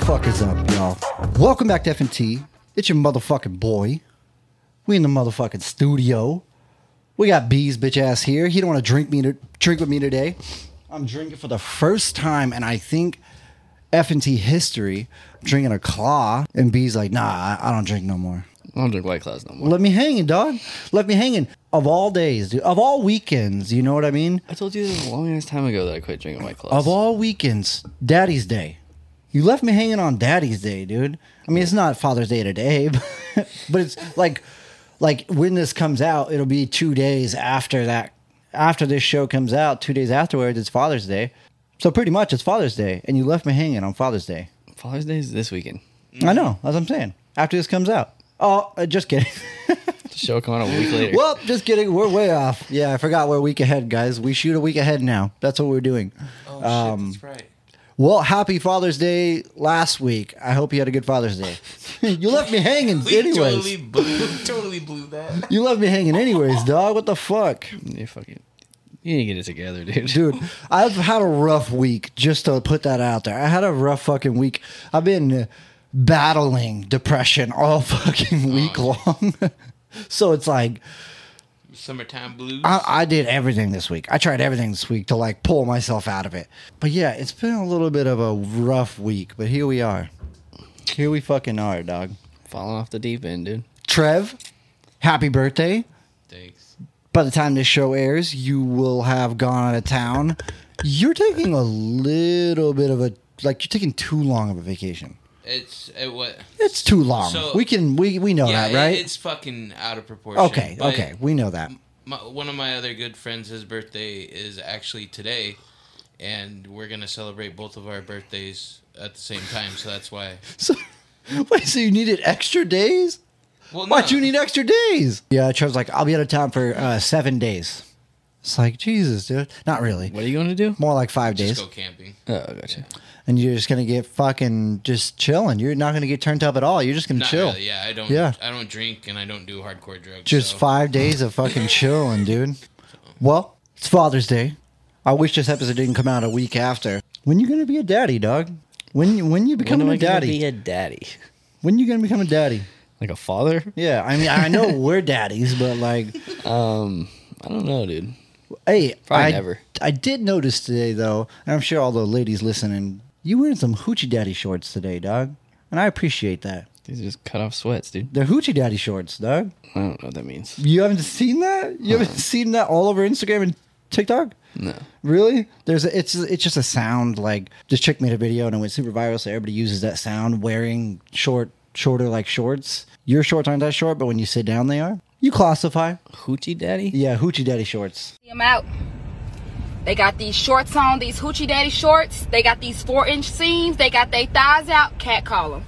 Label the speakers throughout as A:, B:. A: fuck is up, y'all? Welcome back to F&T. It's your motherfucking boy. We in the motherfucking studio. We got B's bitch ass here. He don't want to drink me to drink with me today. I'm drinking for the first time, and I think F&T history drinking a claw. And B's like, nah, I, I don't drink no more.
B: I don't drink White Claws no more.
A: Let me hang it, dog. Let me hang it. Of all days, dude. Of all weekends, you know what I mean?
B: I told you this a long ass time ago that I quit drinking White Claws.
A: Of all weekends, Daddy's Day. You left me hanging on Daddy's Day, dude. I mean, it's not Father's Day today, but, but it's like, like when this comes out, it'll be two days after that. After this show comes out, two days afterwards, it's Father's Day. So pretty much, it's Father's Day, and you left me hanging on Father's Day.
B: Father's Day is this weekend.
A: I know, that's what I'm saying. After this comes out, oh, uh, just kidding.
B: The show come out a week later.
A: well, just kidding. We're way off. Yeah, I forgot we're a week ahead, guys. We shoot a week ahead now. That's what we're doing.
C: Oh,
A: Um,
C: shit, that's right.
A: Well, happy Father's Day last week. I hope you had a good Father's Day. you left me hanging
C: We
A: anyways.
C: totally blew, totally blew that.
A: You left me hanging anyways, dog. What the fuck?
B: You fucking, you need to get it together, dude.
A: Dude, I've had a rough week, just to put that out there. I had a rough fucking week. I've been battling depression all fucking week
C: Oh.
A: long. so it's like
C: Summertime blues.
A: I, I did everything this week. I tried everything this week to like pull myself out of it. But yeah, it's been a little bit of a rough week, but here we are. Here we fucking are, dog.
B: Falling off the deep end, dude.
A: Trev, happy birthday.
C: Thanks.
A: By the time this show airs, you will have gone out of town. You're taking a little bit of a like you're taking too long of a vacation.
C: It's it what?
A: It's too long.
C: So-
A: we can we we know
C: yeah,
A: that,
C: it-
A: right?
C: it's fucking out of proportion.
A: okay,
C: but
A: okay. We know that.
C: My, one of my other good friends, his birthday is actually today, and we're gonna celebrate both of our birthdays at the same time. So that's why.
A: So wait, so you needed extra days?
C: Well,
A: Why'd
C: no,
A: you need extra days? Yeah, Trev's like, I'll be out of town for uh, seven days. It's like, Jesus, dude. Not really.
B: What are you going to do?
A: More like five
C: Just
A: days.
C: go camping.
B: Oh, gotcha.
A: And you're just going to get fucking just chilling. You're not going to get turned up at all. You're just going to
C: Not
A: chill.
C: really, Yeah, I don't.
A: Yeah.
C: I don't drink and I don't do hardcore drugs.
A: Just
C: so.
A: five days of fucking chilling, dude. Well, it's Father's Day. I wish this episode didn't come out a week after. When you going to be a daddy, dog? When when you becoming
B: am
A: a
B: I gonna
A: daddy?
B: Be a daddy.
A: when you going to become a daddy?
B: Like a father?
A: Yeah, I mean, I know we're daddies, but like
B: Um, I don't know, dude.
A: Hey,
B: Probably
A: I,
B: never.
A: I did notice today, though, and I'm sure all the ladies listening, you wearing some hoochie daddy shorts today, dog, and I appreciate that.
B: These are just cut off sweats, dude.
A: They're hoochie daddy shorts, dog.
B: I don't know what that means.
A: You haven't seen that? You haven't seen that all over Instagram and TikTok?
B: No.
A: Really? There's a, it's it's just a sound like this chick made a video and it went super viral, so everybody uses that sound wearing short, shorter like shorts. Your shorts aren't that short, but when you sit down, they are. You classify?
B: Hoochie daddy?
A: Yeah, hoochie daddy shorts.
D: them out. They got these shorts on, these hoochie daddy shorts. They got these four inch seams. They got their thighs out. Cat call them.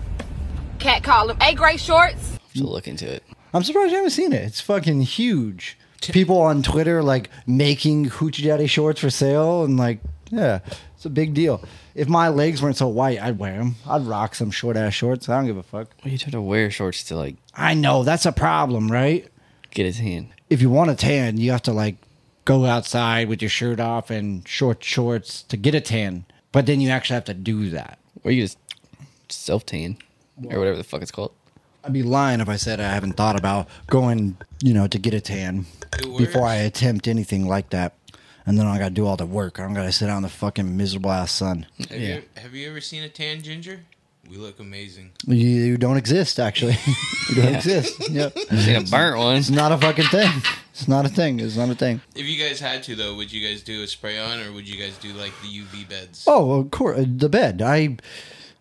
D: Cat call them. Hey, great shorts.
B: Should look into it.
A: I'm surprised you haven't seen it. It's fucking huge. People on Twitter like making hoochie daddy shorts for sale and like, yeah, it's a big deal. If my legs weren't so white, I'd wear them. I'd rock some short ass shorts. I don't give a fuck.
B: Why are you trying to wear shorts to, like,
A: I know that's a problem, right?
B: get his hand?
A: If you want a tan, you have to like go outside with your shirt off and short shorts to get a tan. But then you actually have to do that.
B: Or you just self tan? Or whatever the fuck it's called.
A: I'd be lying if I said I haven't thought about going, you know, to get a tan
C: It works.
A: before I attempt anything like that. And then I gotta do all the work. I'm gonna sit out in the fucking miserable ass sun.
C: Have, you, have you ever seen a tan ginger? We look amazing.
A: You, you don't exist, actually. you don't exist. Yep. It's
B: Seen a burnt one.
A: not a fucking thing. It's not a thing. It's not a thing.
C: If you guys had to though, would you guys do a spray on or would you guys do like the UV beds?
A: Oh, of course, the bed. I,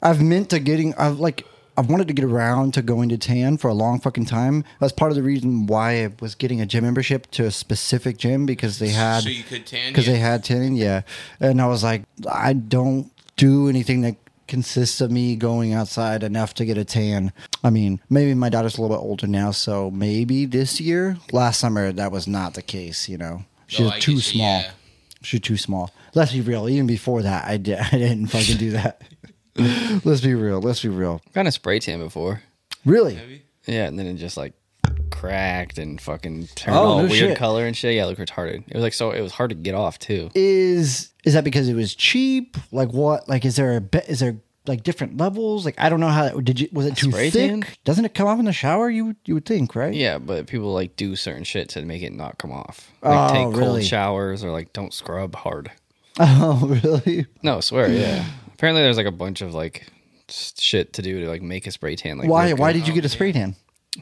A: I've meant to getting. I've like. I've wanted to get around to going to tan for a long fucking time. That's part of the reason why I was getting a gym membership to a specific gym because they had
C: so you could tan
A: because
C: yeah.
A: they had tanning, yeah. And I was like, I don't do anything that consists of me going outside enough to get a tan. I mean, maybe my daughter's a little bit older now, so maybe this year. Last summer, that was not the case. You know, she
C: Oh,
A: was
C: I
A: too
C: get you,
A: small.
C: yeah.
A: She's too small. Let's be real. Even before that, I did. I didn't fucking do that. Let's be real. Let's be real.
B: I've gotten a spray tan before.
A: Really?
C: Have you?
B: Yeah, and then it just like cracked and fucking turned
A: Oh,
B: all
A: no
B: weird
A: shit.
B: color and shit. Yeah, it looked retarded. It was like so it was hard to get off too.
A: Is is that because it was cheap? Like what? Like is there a be- is there like different levels? Like I don't know how did you was it too
B: spray
A: thick?
B: tan?
A: Doesn't it come off in the shower? You would- you would think, right?
B: Yeah, but people like do certain shit to make it not come off. Like
A: Oh,
B: take
A: really?
B: cold showers or like don't scrub hard.
A: Oh, really?
B: No, I swear, yeah. Apparently there's like a bunch of like s- shit to do to like make a spray tan like uh,
A: Why
B: look
A: why
B: good.
A: did you get a spray tan?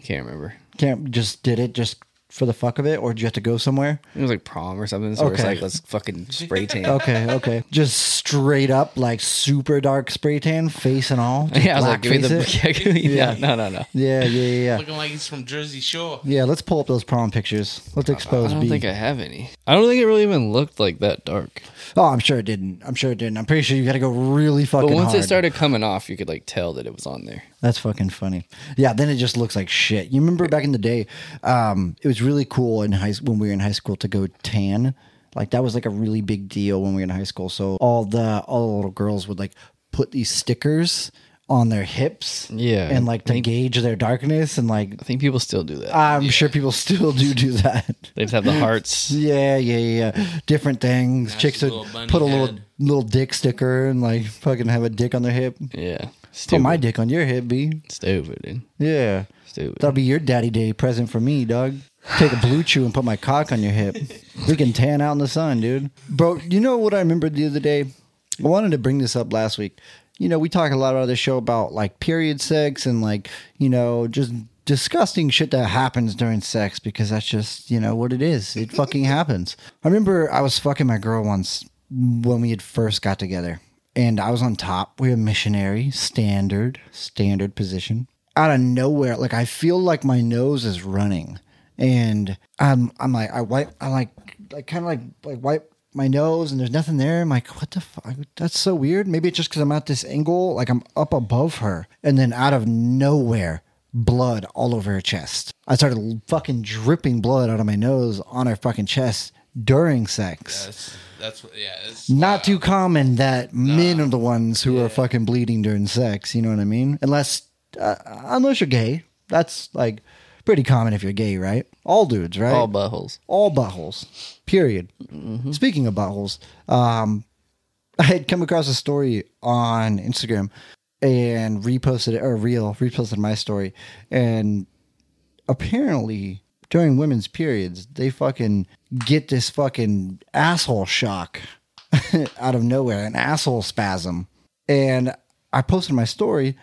B: can't remember.
A: Can't just did it just for the fuck of it, or did you have to go somewhere?
B: It was like prom or something. So it's
A: Okay.
B: like let's fucking spray tan.
A: Okay, okay. Just straight up like super dark spray tan, face and all. Just
B: Yeah, I was like, give me
A: blackface
B: the
A: it.
B: yeah, give me, no, no, no, no.
A: Yeah, yeah, yeah, yeah.
C: Looking like he's from Jersey Shore.
A: Yeah, let's pull up those prom pictures. Let's
B: I
A: expose
B: don't
A: B.
B: think I have any. I don't think it really even looked like that dark.
A: oh, I'm sure it didn't. I'm sure it didn't. I'm pretty sure you got to go really fucking.
B: But once
A: hard.
B: it started coming off, you could like tell that it was on there.
A: That's fucking funny. Yeah, then it just looks like shit. You remember back in the day, um, it was really cool in high when we were in high school to go tan. Like that was like a really big deal when we were in high school. So all the all the little girls would like put these stickers on their hips,
B: Yeah.
A: and like to
B: Think-
A: gauge their darkness. And like
B: I think people still do that.
A: I'm sure people still do do that.
B: they just have the hearts.
A: Yeah, yeah, yeah. yeah. Different things.
C: Nice
A: Chicks would
C: little bunny
A: put a little
C: head.
A: little dick sticker and like fucking have a dick on their hip.
B: Yeah. Stupid.
A: Put my dick on your hip, B.
B: Stupid, dude.
A: Yeah.
B: Stupid.
A: That'll be your daddy day present for me, dog. Take a blue chew and put my cock on your hip. We can tan out in the sun, dude. Bro, you know what I remembered the other day? I wanted to bring this up last week. You know, we talk a lot on this show about like period sex and like, you know, just disgusting shit that happens during sex because that's just, you know, what it is. It fucking happens. I remember I was fucking my girl once when we had first got together and I was on top. We were missionary, standard, standard position. Out of nowhere, like I feel like my nose is running, and I'm I'm like I wipe I like like kind of like like wipe my nose, and there's nothing there. I'm like, what the fuck? That's so weird. Maybe it's just because I'm at this angle, like I'm up above her, and then out of nowhere, blood all over her chest. I started l- fucking dripping blood out of my nose on her fucking chest during sex
C: That's that's what- yeah. It's,
A: not too common that men are the ones who are fucking bleeding during sex. You know what I mean? Unless uh, unless you're gay, that's like pretty common if you're gay, right? All dudes, right?
B: All buttholes.
A: all buttholes. Period. Speaking of buttholes, um, I had come across a story on Instagram and reposted it or real reposted my story, and apparently during women's periods they fucking get this fucking asshole shock out of nowhere, an asshole spasm, and I posted my story.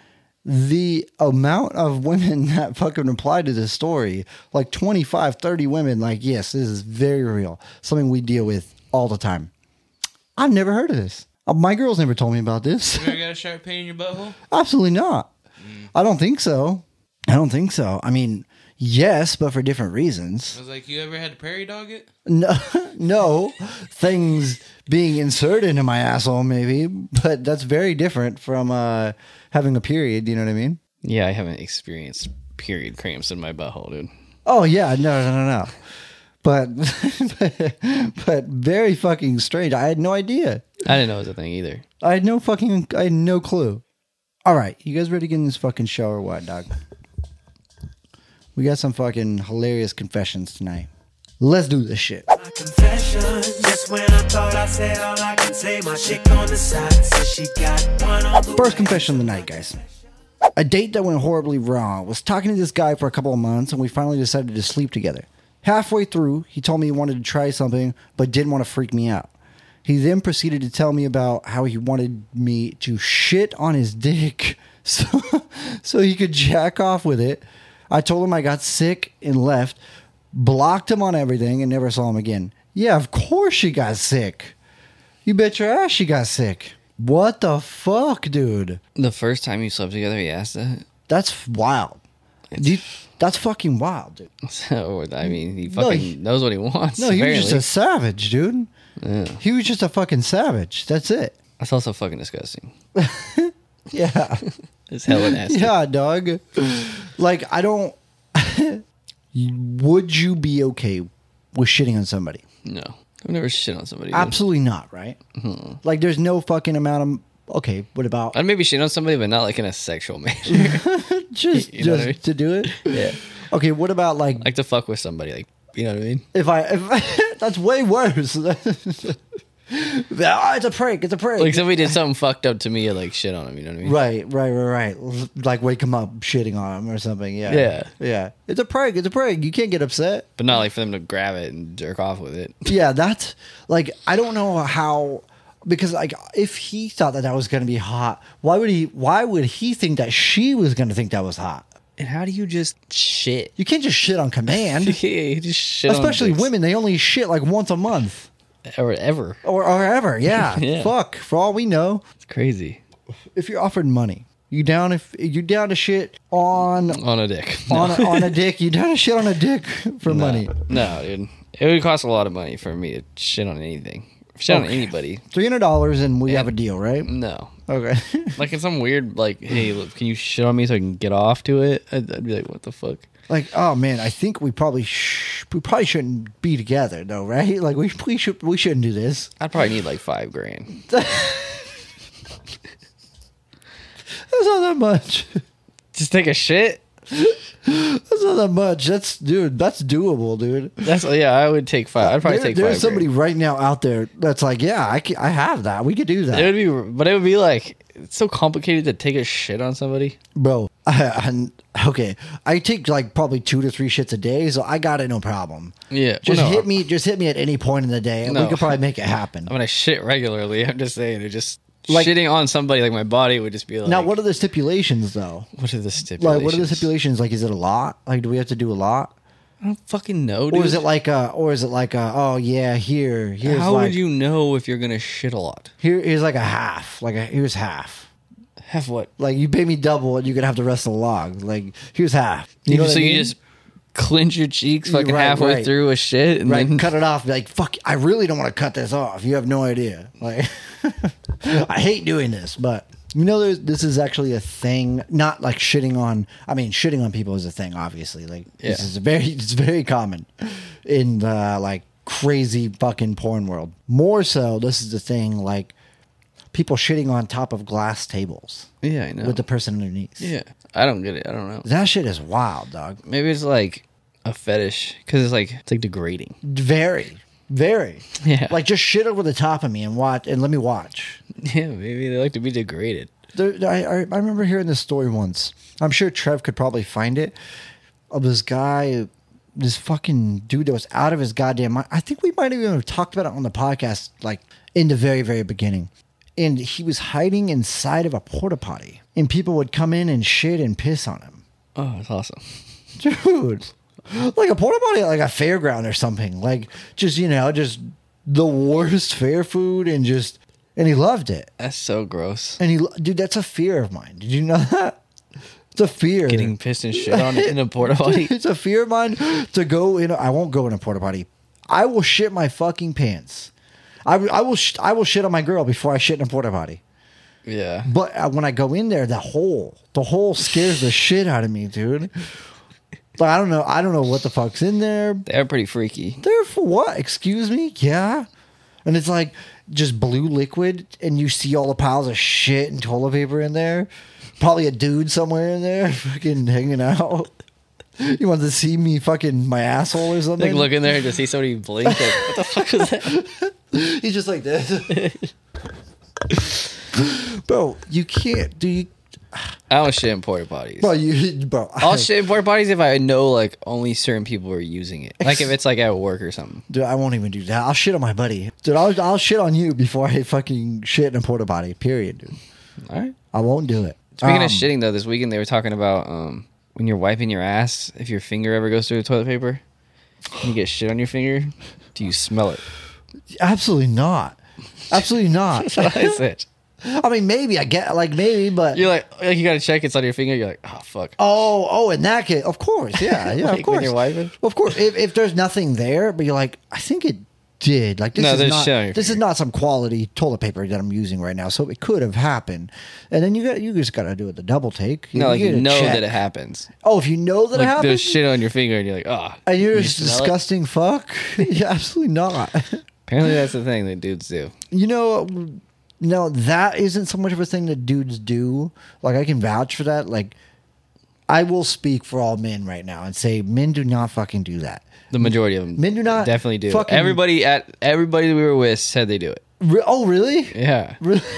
A: The amount of women that fucking replied to this story, like 25, 30 women, like, yes, this is very real. Something we deal with all the time. I've never heard of this. Uh, My girls never told me about this.
C: You ever got a sharp pain in your butthole?
A: Absolutely not. I don't think so. I don't think so. I mean, yes, but for different
C: I
A: reasons.
C: was like, you ever had to prairie dog it?
A: No, no things being inserted into my asshole, maybe, but that's very different from uh, having a period. You know what I mean?
B: Yeah, I haven't experienced period cramps in my butthole, dude.
A: Oh yeah, no, no, no, no. But, but, but very fucking strange. I had no idea.
B: I didn't know it was a thing either.
A: I had no fucking. I had no clue. All right, you guys ready to get in this fucking show or what, dog? We got some fucking hilarious confessions tonight. Let's do this shit.
E: Confessions. Just when I thought I said all I can say, my chick on the side says she got one on the
A: First confession of the night, guys. A date that went horribly wrong. Was talking to this guy for a couple of months and we finally decided to sleep together. Halfway through, he told me he wanted to try something but didn't want to freak me out. He then proceeded to tell me about how he wanted me to shit on his dick so, so he could jack off with it. I told him I got sick and left, blocked him on everything, and never saw him again. Yeah, of course she got sick. You bet your ass she got sick. What the fuck, dude?
B: The first time you slept together, he asked that.
A: That's wild. Dude, that's fucking wild, dude.
B: So I mean, he
A: No,
B: fucking
A: he-
B: knows what he wants.
A: No, he was just
B: apparently.
A: a savage, dude. He was just a fucking savage. That's it.
B: That's also fucking disgusting.
A: Yeah.
B: It's hella nasty.
A: yeah, dog. Like, I don't. Would you be okay with shitting on somebody?
B: No, I've never shit on somebody. dude.
A: Absolutely not, right?
B: Mm-hmm.
A: Like, there's no fucking amount of. Okay, what about
B: I'd maybe shit on somebody, but not like in a sexual manner.
A: just
B: you know what
A: just
B: I mean?
A: to do it? Yeah. Okay, what about like
B: like to fuck with somebody, like you know what I mean?
A: if I if that's way worse. That- "Ah, it's a prank. It's a prank.
B: Like somebody did something fucked up to me, I like shit on him. You know what I mean?
A: Right, right, right, right. L- Like wake him up, shitting on him or something. Yeah,
B: Yeah.
A: yeah. It's a prank. It's a prank. You can't get upset.
B: But not like for them to grab it and jerk off with it.
A: Yeah, that's like I don't know how because like if he thought that that was going to be hot, why would he? Why would he think that she was going to think that was hot?
B: And how do you just shit?
A: You can't just shit on command.
B: Yeah, you just shit. on
A: Especially
B: dicks.
A: women, they only shit like once a month
B: or ever.
A: or, or ever. Yeah.
B: Yeah.
A: Fuck. For all we know,
B: It's crazy
A: if you're offered money, you down if you down to shit on
B: on a dick.
A: on a, on a dick. You down to shit on a dick for money.
B: No, dude. It would cost a lot of money for me to shit on anything. Shit on anybody.
A: Three hundred dollars and we have a deal, right?
B: No.
A: Okay.
B: Like in some weird like, hey, look, can you shit on me so I can get off to it? I'd, I'd be like, what the fuck?
A: like, oh man, I think we probably sh- we probably shouldn't be together, though, right? Like we we should we shouldn't do this.
B: I'd probably need like five grand.
A: That's not that much.
B: Just take a shit.
A: That's not that much. That's dude. That's doable, dude.
B: That's yeah. I would take five. I'd probably
A: There-
B: take
A: there's
B: five.
A: somebody
B: grand.
A: right now out there that's like, yeah, I can, I have that. We could do that,
B: It would be, but it would be like it's so complicated to take a shit on somebody.
A: bro. and okay, I take like probably two to three shits a day, so I got it no problem.
B: Yeah,
A: Just
B: well, no, uh,
A: hit me. Just hit me at any point in the day, and we
B: No.
A: could probably make it happen.
B: I mean, I shit regularly. I'm just saying, it just
A: Like-
B: shitting on somebody like my body would just be like.
A: now, what are the stipulations though?
B: what are the stipulations?
A: Like, what are the stipulations? Like, is it a lot? Like, do we have to do a lot,
B: I don't fucking know. Dude.
A: or is it like a, or is it like a, oh yeah, here, here's
B: How
A: like,
B: would you know if you're gonna shit a lot?
A: here, here's like a half, like a, here's half.
B: Have what?
A: Like, you pay me double, and you could have the rest of the log. Like, here's half. You know, what I
B: so
A: mean?
B: you just clench your cheeks fucking
A: Right,
B: halfway
A: right.
B: through a shit and
A: right,
B: then
A: cut it off. be Like, fuck, I really don't want to cut this off. You have no idea. Like, I hate doing this, but you know, there's, this is actually a thing. Not like shitting on. I mean, shitting on people is a thing, obviously. Like, this
B: Yeah.
A: is very, it's very common in the like crazy fucking porn world. More so, this is the thing. Like, people shitting on top of glass tables
B: yeah, I know.
A: with the person underneath.
B: yeah, I don't get it. I don't know.
A: That shit is wild, dog.
B: Maybe it's like a fetish because it's like it's like degrading.
A: Very, very.
B: Yeah.
A: Like just shit over the top of me and watch and let me watch.
B: Yeah, maybe they like to be degraded.
A: There, I, I I remember hearing this story once. I'm sure Trev could probably find it. Of this guy, this fucking dude that was out of his goddamn mind. I think we might have even talked about it on the podcast, like in the very, very beginning. And he was hiding inside of a porta potty, and people would come in and shit and piss on him,
B: Oh, that's awesome.
A: dude. Like a porta potty, at, like a fairground or something. Like just you know, just the worst fair food, and just and he loved it.
B: That's so gross.
A: And he, dude, that's a fear of mine. Did you know that? It's a fear.
B: Getting pissed and shit on in a porta potty.
A: it's a fear of mine to go in. I won't go in a porta potty. I will shit my fucking pants. I, I will sh- I will shit on my girl before I shit in a porta potty.
B: Yeah.
A: But uh, when I go in there, the hole, the hole scares the shit out of me, dude. Like I don't know, I don't know what the fuck's in there.
B: They're pretty freaky.
A: There for what? Excuse me? Yeah. And it's like just blue liquid, and you see all the piles of shit and toilet paper in there. Probably a dude somewhere in there fucking hanging out. You want to see me fucking my asshole or something?
B: Like look in there and just see somebody blink. Like, what the fuck was that?
A: He's just like this. bro, you can't. Do you.
B: I don't shit in porta potties.
A: Bro, you. Bro.
B: I'll
A: I-
B: shit in porta potties if I know like only certain people are using it. Like if it's like at work or something.
A: Dude, I won't even do that. I'll shit on my buddy. Dude, I'll, I'll shit on you before I fucking shit in a porta potty, period, dude.
B: All right.
A: I won't do it.
B: Speaking
A: Um,
B: of shitting though, this weekend they were talking about um, when you're wiping your ass, if your finger ever goes through the toilet paper, and you get shit on your finger, do you smell it?
A: Absolutely not. Absolutely not.
B: That's it.
A: I mean, maybe I get like maybe, but
B: You're like, like you gotta check it's on your finger. You're like, oh fuck.
A: oh, oh, in that case, of course, yeah, yeah,
B: Like,
A: of
B: when
A: course,
B: you're wiping?
A: of course. If, if there's nothing there, but you're like, I think it did. Like this
B: No,
A: is
B: there's
A: not
B: shit on your
A: this is
B: finger.
A: not some quality toilet paper that I'm using right now, so it could have happened. And then you got you just got to do it the double take.
B: no, like you
A: gotta
B: know
A: check.
B: that it happens.
A: Oh, if you know that it
B: Like
A: happened,
B: there's shit on your finger, and you're like, ah.
A: and you're just
B: smell it?
A: disgusting fuck. yeah, absolutely not.
B: Apparently that's the thing that dudes do.
A: You know, no, that isn't so much of a thing that dudes do. Like, I can vouch for that. Like, I will speak for all men right now and say men do not fucking do that.
B: The majority of them
A: Men do not
B: definitely do.
A: fucking-
B: Everybody at everybody that we were with said they do it.
A: Re- oh, really?
B: Yeah.
A: Really?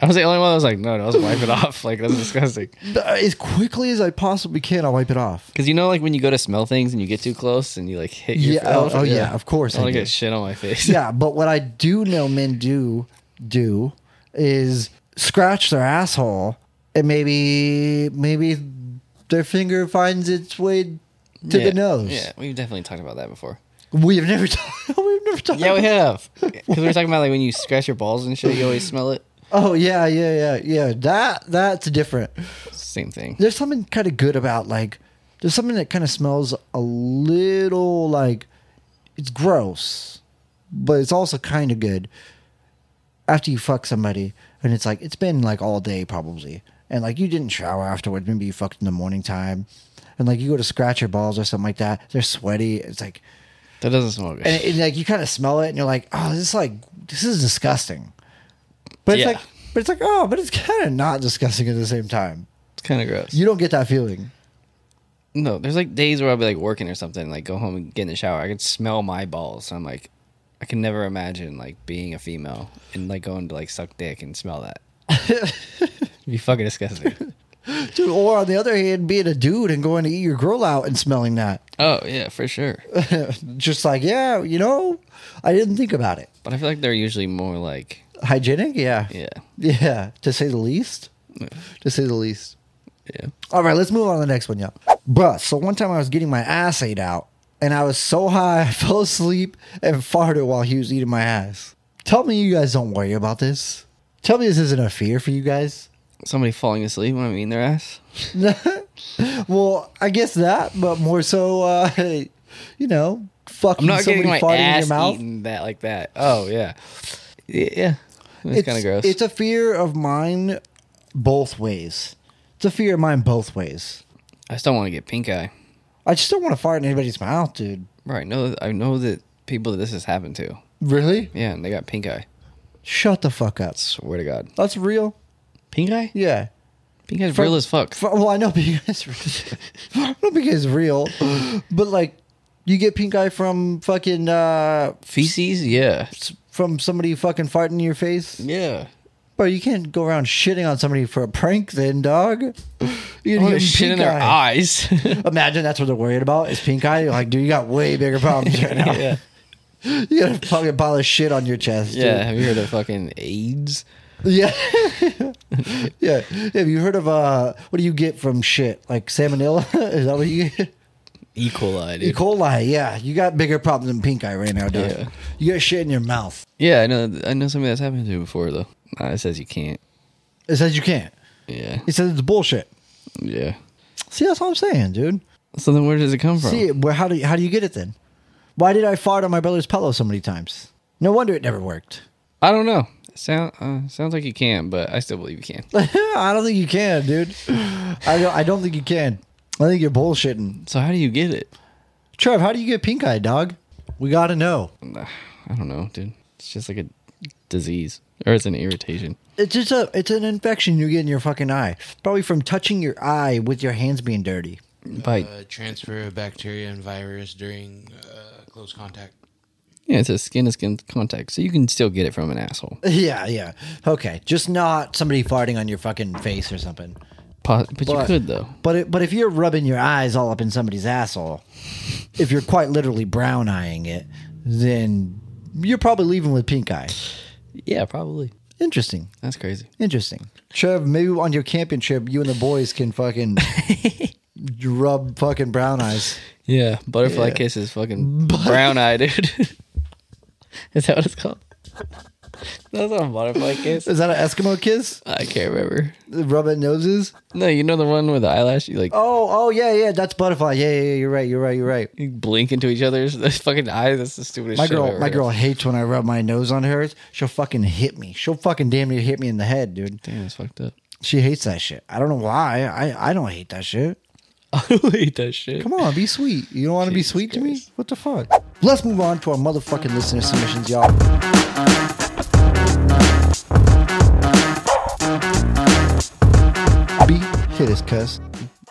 B: I was the only one that was like, no, no, let's wipe it off. Like, that's disgusting.
A: as quickly as I possibly can, I'll wipe it off.
B: Because you know, like, when you go to smell things and you get too close and you, like, hit your
A: Yeah. Oh, oh, yeah. Of course.
B: I
A: I
B: want to
A: do.
B: get shit on my face.
A: yeah, but what I do know men do do is scratch their asshole and maybe maybe their finger finds its way to
B: Yeah.
A: the nose.
B: Yeah, we've definitely talked about that before.
A: We've never talked. We've never talked.
B: Yeah, we have. Because we were talking about, like, when you scratch your balls and shit, you always smell it.
A: Oh yeah, yeah, yeah, yeah. That that's different.
B: Same thing.
A: There's something kind of good about like there's something that kind of smells a little like it's gross, but it's also kind of good after you fuck somebody and it's like it's been like all day probably and like you didn't shower afterwards. Maybe you fucked in the morning time. And like you go to scratch your balls or something like that, they're sweaty. It's like,
B: That doesn't smell good.
A: and, it- like you kind of smell it, and you're like, oh, this is like this is disgusting. But it's
B: Yeah.
A: like, but it's like, oh, but it's kind of not disgusting at the same time.
B: it's kind of gross.
A: You don't get that feeling.
B: No, there's like days where I'll be like working or something, like go home and get in the shower. I can smell my balls. I'm like, I can never imagine like being a female and like going to like suck dick and smell that. It'd be fucking disgusting.
A: Dude, or on the other hand, being a dude and going to eat your girl out and smelling that.
B: oh yeah, for sure.
A: Just like, yeah, you know, I didn't think about it.
B: But I feel like they're usually more like
A: Hygienic, yeah.
B: yeah,
A: Yeah, to say the least. To say the least.
B: yeah.
A: All right, let's move on to the next one, y'all. Bruh, so one time I was getting my ass ate out, and I was so high I fell asleep and farted while he was eating my ass. Tell me you guys don't worry about this. Tell me this isn't a fear for you guys.
B: Somebody falling asleep when I'm eating their ass.
A: well, I guess that, but more so, uh, you know, fucking
B: I'm not
A: somebody
B: getting my
A: farting in
B: ass
A: your mouth.
B: eaten that like that. Oh yeah, yeah. yeah. It's kind of gross.
A: It's a fear of mine both ways. It's a fear of mine both ways.
B: I still want to get pink eye.
A: I just don't want to fart in anybody's mouth, dude.
B: Right. No, I know that people that this has happened to.
A: Really?
B: Yeah, and they got pink eye.
A: Shut the fuck up.
B: Swear to God.
A: That's real.
B: Pink eye?
A: Yeah.
B: Pink eye's
A: From-
B: real as fuck.
A: F- Well, I know because I know because real, but like you get pink eye from fucking uh
B: Feces? Yeah.
A: s- from somebody fucking farting in your face.
B: Yeah.
A: Bro, you can't go around shitting on somebody for a prank, then, dog. You're
B: Oh,
A: gonna get
B: shit in their
A: eye.
B: eyes.
A: Imagine that's what they're worried about is pink eye. You're like, dude, you got way bigger problems right now.
B: yeah.
A: You got a fucking pile of shit on your chest. dude.
B: Yeah. Have you heard of fucking AIDS?
A: Yeah. yeah. Have you heard of uh what do you get from shit? Like salmonella? Is that what you get?
B: E. coli,
A: E.
B: dude.
A: coli, yeah. You got bigger problems than pink eye right now, dude.
B: Yeah.
A: You got shit in your mouth.
B: yeah, I know I know somebody that's happened to before though. Nah, it says you can't.
A: It says you can't.
B: Yeah.
A: It says it's bullshit.
B: Yeah.
A: See, that's all I'm saying, dude.
B: So then where does it come from?
A: See, well, how do you, how do you get it then? Why did I fart on my brother's pillow so many times? No wonder it never worked.
B: I don't know. Sound uh, sounds like you can, but I still believe you can.
A: I don't think you can, dude. I don't, I don't think you can. I think you're bullshitting.
B: So how do you get it?
A: Trev, how do you get pink eye, dog? We gotta know.
B: Nah, I don't know, dude. It's just like a disease or it's an irritation.
A: It's just a it's an infection you get in your fucking eye. Probably from touching your eye with your hands being dirty.
B: By
C: Uh, transfer of bacteria and virus during uh, close contact.
B: Yeah, it's a skin to skin contact, so you can still get it from an asshole.
A: Yeah, yeah. Okay. Just not somebody farting on your fucking face or something.
B: Po- but, you
A: But-
B: could though.
A: But it, but if you're rubbing your eyes all up in somebody's asshole, if you're quite literally brown eyeing it, then you're probably leaving with pink eye.
B: Yeah, probably.
A: Interesting.
B: That's crazy.
A: Interesting. Trev, maybe on your camping trip, you and the boys can fucking rub fucking brown eyes.
B: Yeah, butterfly kiss is fucking brown eye, dude. is that what it's called? That's not a butterfly kiss.
A: Is that an Eskimo kiss?
B: I can't remember.
A: Rubbing noses?
B: No, you know the one with the eyelash. You like
A: Oh, oh yeah, yeah, that's butterfly. Yeah, yeah, yeah, you're right, you're right, you're right.
B: you blink into each other's those fucking eyes. That's the stupidest.
A: My
B: shit I've
A: girl,
B: ever
A: my
B: heard
A: girl
B: of.
A: hates when I rub my nose on hers. She'll fucking hit me. She'll fucking damn near hit me in the head, dude.
B: Damn, that's fucked up.
A: She hates that shit. I don't know why. I, I don't hate that shit.
B: I don't hate that shit.
A: Come on, be sweet. You don't want to be
B: Jesus
A: sweet to me?
B: Christ.
A: What the fuck? Let's move on to our motherfucking listener submissions, y'all. B, hit us, cuss.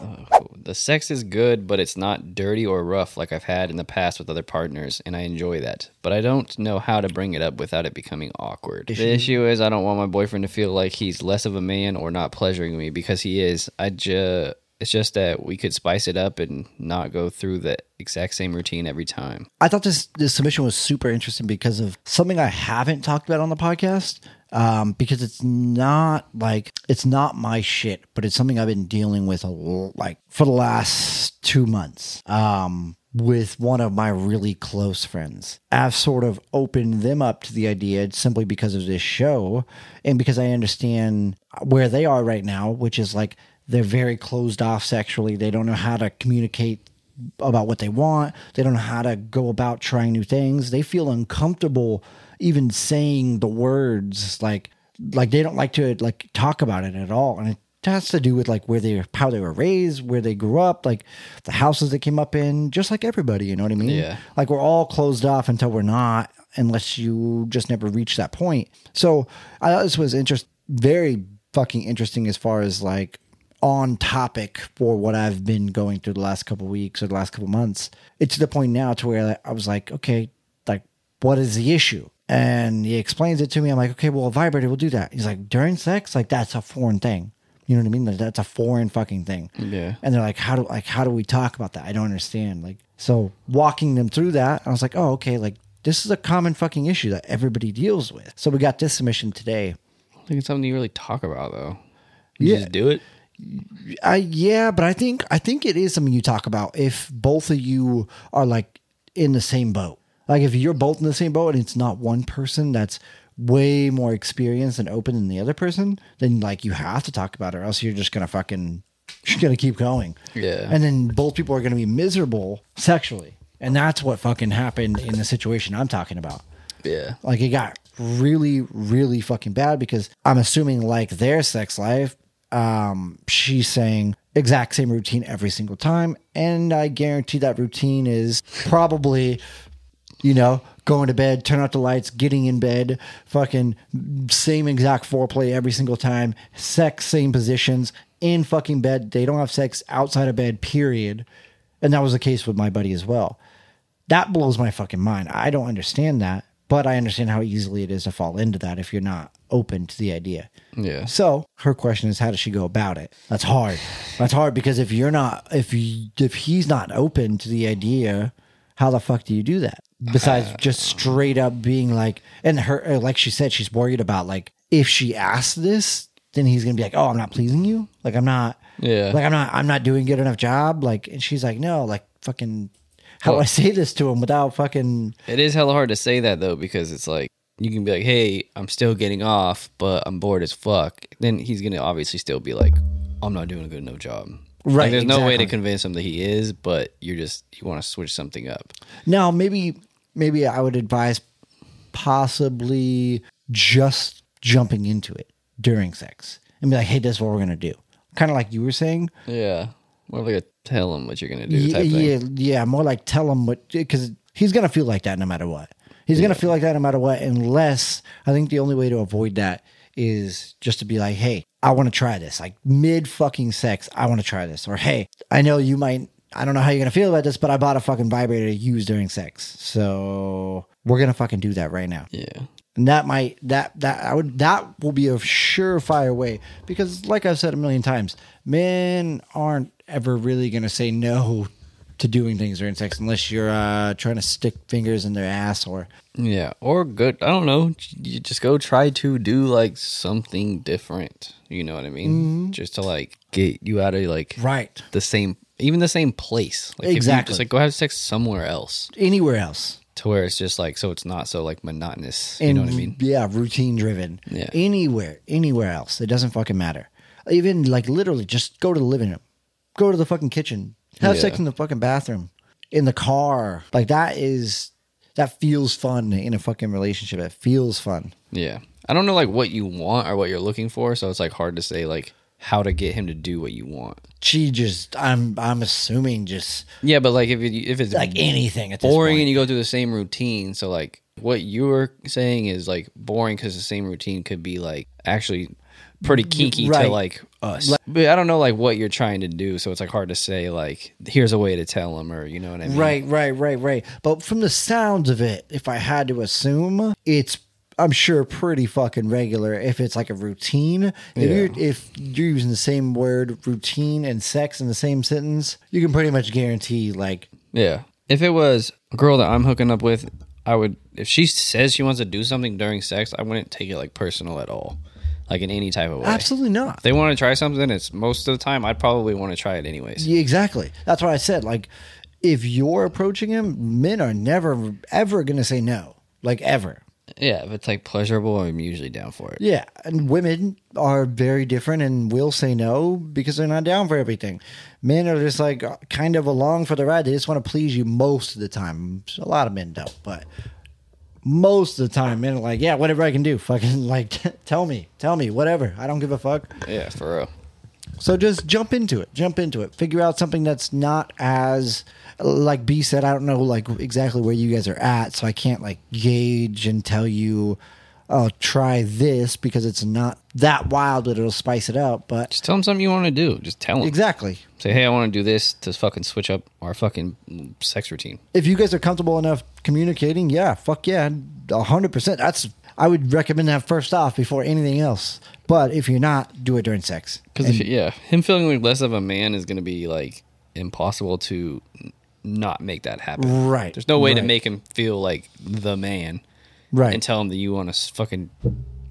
B: Oh, The sex is good, but it's not dirty or rough like I've had in the past with other partners, and I enjoy that. But I don't know how to bring it up without it becoming awkward. The issue is I don't want my boyfriend to feel like he's less of a man or not pleasuring me because he is. I just it's just that we could spice it up and not go through the exact same routine every time.
A: I thought this this submission was super interesting because of something I haven't talked about on the podcast. Um, because it's not like it's not my shit, but it's something I've been dealing with a l- like for the last two months. Um, with one of my really close friends, I've sort of opened them up to the idea simply because of this show, and because I understand where they are right now, which is like they're very closed off sexually. They don't know how to communicate about what they want. They don't know how to go about trying new things. They feel uncomfortable even saying the words like like they don't like to like talk about it at all. And it has to do with like where they how they were raised, where they grew up, like the houses they came up in, just like everybody, you know what I mean?
B: Yeah.
A: Like we're all closed off until we're not unless you just never reach that point. So I thought this was interest very fucking interesting as far as like on topic for what I've been going through the last couple weeks or the last couple months. It's to the point now to where I was like, okay, like what is the issue? And he explains it to me. I'm like, okay, well, a vibrator will do that. He's like, during sex, like that's a foreign thing. You know what I mean? Like, that's a foreign fucking thing.
B: Yeah.
A: And they're like, how do like how do we talk about that? I don't understand. Like, so walking them through that, I was like, oh, okay, like this is a common fucking issue that everybody deals with. So we got this submission today.
B: I don't think it's something you really talk about though. You
A: Yeah.
B: just do it.
A: I yeah, but I think I think it is something you talk about if both of you are like in the same boat. Like if you're both in the same boat and it's not one person that's way more experienced and open than the other person, then like you have to talk about it, or else you're just gonna fucking you're gonna keep going.
B: Yeah.
A: And then both people are gonna be miserable sexually. And that's what fucking happened in the situation I'm talking about.
B: Yeah.
A: Like it got really, really fucking bad because I'm assuming like their sex life, um, she's saying exact same routine every single time. And I guarantee that routine is probably, you know, going to bed, turn out the lights, getting in bed, fucking same exact foreplay every single time, sex, same positions, in fucking bed. They don't have sex outside of bed, period. And that was the case with my buddy as well that blows my fucking mind. I don't understand that, but I understand how easily it is to fall into that if you're not open to the idea.
B: Yeah.
A: So her question is, how does she go about it? That's hard. That's hard because if you're not, if you, if he's not open to the idea, how the fuck do you do that? Besides
B: Uh,
A: just straight up being like, and her, uh, like she said, she's worried about like if she asks this, then he's gonna be like, oh, I'm not pleasing you. Like I'm not.
B: Yeah.
A: Like I'm not. I'm not doing good enough job. Like, and she's like, no, like fucking. How do
B: Well-
A: I say this to him without fucking?
B: It is hella hard to say that though, because it's like you can be like, "Hey, I'm still getting off, but I'm bored as fuck." Then he's gonna obviously still be like, "I'm not doing a good enough job." Like,
A: Right,
B: there's no way to
A: exactly.
B: convince him that he is, but you're just you want to switch something up.
A: Now, maybe maybe I would advise possibly just jumping into it during sex and be like, "Hey, this is what we're gonna do." Kind of like you were saying,
B: Yeah. More of like a tell him what you're gonna do
A: yeah,
B: type thing.
A: yeah, yeah, more like tell him what because he's gonna feel like that no matter what. He's gonna feel like that no matter what, unless I think the only way to avoid that is just to be like, "Hey, I want to try this." Like mid fucking sex, I want to try this, or "Hey, I know you might." I don't know how you're gonna feel about this, but I bought a fucking vibrator to use during sex, so we're gonna fucking do that right now.
B: Yeah.
A: And that might that that I would that will be a surefire way because like I've said a million times, men aren't ever really gonna say no to doing things during sex unless you're uh, trying to stick fingers in their ass or
B: Yeah, or good. I don't know. You just go try to do like something different. You know what I mean?
A: Mm-hmm.
B: Just to like get you out of like
A: Right.
B: the same, even the same place. Like if you
A: Exactly.
B: just like go have sex somewhere else
A: anywhere else.
B: to where it's just like so it's not so like monotonous.
A: And,
B: you know what I mean?
A: Yeah, routine driven.
B: Yeah.
A: Anywhere, anywhere else. It doesn't fucking matter. Even like literally just go to the living room. Go to the fucking kitchen. Have sex
B: Yeah.
A: in the fucking bathroom. In the car. Like that is that feels fun in a fucking relationship. It feels fun.
B: Yeah. I don't know like what you want or what you're looking for, so it's like hard to say like how to get him to do what you want.
A: She just I'm I'm assuming just
B: Yeah, but like if it, if it's
A: like anything at this
B: boring
A: point.
B: and you go through the same routine. So like what you're saying is like boring because the same routine could be like actually pretty kinky
A: Mm, Right.
B: to like us. But I don't know like what you're trying to do, so it's like hard to say like here's a way to tell them or you know what I mean.
A: Right, right, right, right. But from the sounds of it, if I had to assume, it's I'm sure pretty fucking regular. If it's like a routine, if,
B: Yeah.
A: you're, if you're using the same word routine and sex in the same sentence, you can pretty much guarantee like
B: Yeah. If it was a girl that I'm hooking up with, I would if she says she wants to do something during sex, I wouldn't take it like personal at all. Like in any type of way.
A: absolutely not.
B: If they want to try something, it's most of the time I'd probably want to try it anyways.
A: Yeah, exactly. That's what I said. Like, if you're approaching him, men are never ever gonna say no. Like ever.
B: Yeah, if it's like pleasurable, I'm usually down for it.
A: Yeah, and women are very different and will say no because they're not down for everything. Men are just like kind of along for the ride. They just want to please you most of the time. A lot of men don't, but most of the time, men are like, yeah, whatever I can do, fucking like, tell me, tell me, whatever. I don't give a fuck.
B: Yeah, for real.
A: So just jump into it. Jump into it. Figure out something that's not as like B said. I don't know like exactly where you guys are at, so I can't like gauge and tell you. Oh, try this because it's not that wild, but it'll spice it up. But
B: Just tell them something you want to do. Just tell them.
A: exactly,
B: Say, hey, I want to do this to fucking switch up our fucking sex routine.
A: if you guys are comfortable enough communicating, yeah, fuck yeah, hundred percent. That's I would recommend that first off before anything else. But if you're not, do it during sex.
B: Because yeah, him feeling like less of a man is going to be like impossible to n- not make that happen.
A: Right,
B: There's no way to
A: right.
B: make him feel like the man
A: Right.
B: and tell him that you want to fucking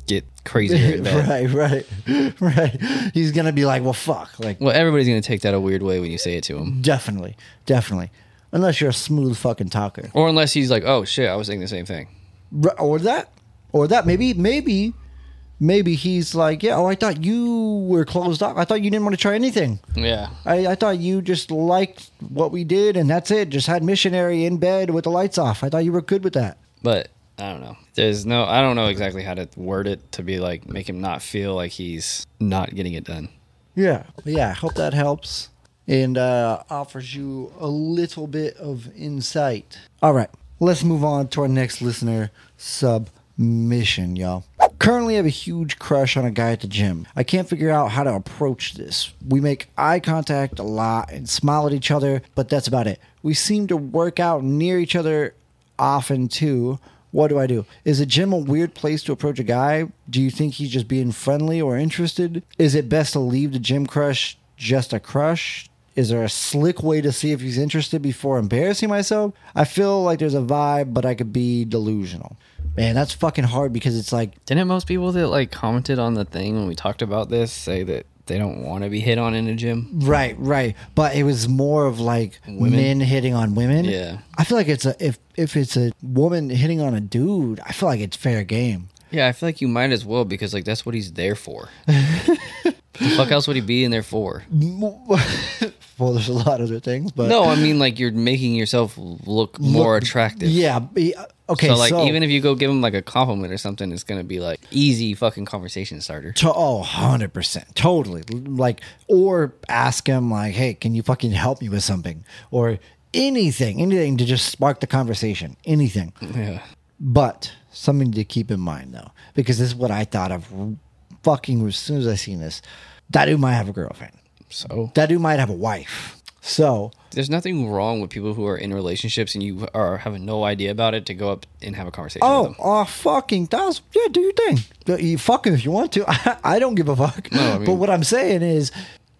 B: get crazy. in bed.
A: right, right, right. He's gonna be like, well, fuck, like.
B: Well, everybody's going to take that a weird way when you say it to him.
A: Definitely, definitely. Unless you're a smooth fucking talker,
B: Or unless he's like, oh shit, I was thinking the same thing.
A: R- or that, or that. Maybe, maybe, maybe he's like, yeah. Oh, I thought you were closed off. I thought you didn't want to try anything.
B: Yeah.
A: I, I thought you just liked what we did, and that's it. Just had missionary in bed with the lights off. I thought you were good with that.
B: But I don't know. There's no, I don't know exactly how to word it to be like, make him not feel like he's not getting it done.
A: Yeah, yeah. Hope that helps and uh, offers you a little bit of insight. All right, let's move on to our next listener submission, y'all. Currently, have a huge crush on a guy at the gym. I can't figure out how to approach this. We make eye contact a lot and smile at each other, but that's about it. We seem to work out near each other often too. What do I do? Is a gym a weird place to approach a guy? Do you think he's just being friendly or interested? Is it best to leave the gym crush just a crush? Is there a slick way to see if he's interested before embarrassing myself? I feel like there's a vibe, but I could be delusional. Man, that's fucking hard because it's like,
B: Didn't most people that like commented on the thing when we talked about this say that they don't want to be hit on in a gym?
A: right, right. But it was more of like men hitting on women.
B: Yeah.
A: I feel like it's a if if it's a woman hitting on a dude, I feel like it's fair game.
B: Yeah, I feel like you might as well because like that's what he's there for. the fuck else would he be in there for?
A: well, there's a lot of other things, but
B: No, I mean like you're making yourself look more attractive.
A: Yeah. be- uh, Okay.
B: So like even if you go give him like a compliment or something, it's gonna be like easy fucking conversation starter.
A: to, oh, 100%. Totally. Like, or ask him, like, hey, can you fucking help me with something? Or anything, anything to just spark the conversation. Anything.
B: Yeah.
A: But something to keep in mind, though, because this is what I thought of fucking as soon as I seen this. That dude might have a girlfriend.
B: So
A: That dude might have a wife. So,
B: there's nothing wrong with people who are in relationships and you are have no idea about it to go up and have a conversation with
A: oh,
B: them.
A: oh, fucking, that's, yeah, do your thing. You fuck him if you want to. I, I don't give a fuck.
B: No, I mean-
A: but what I'm saying is,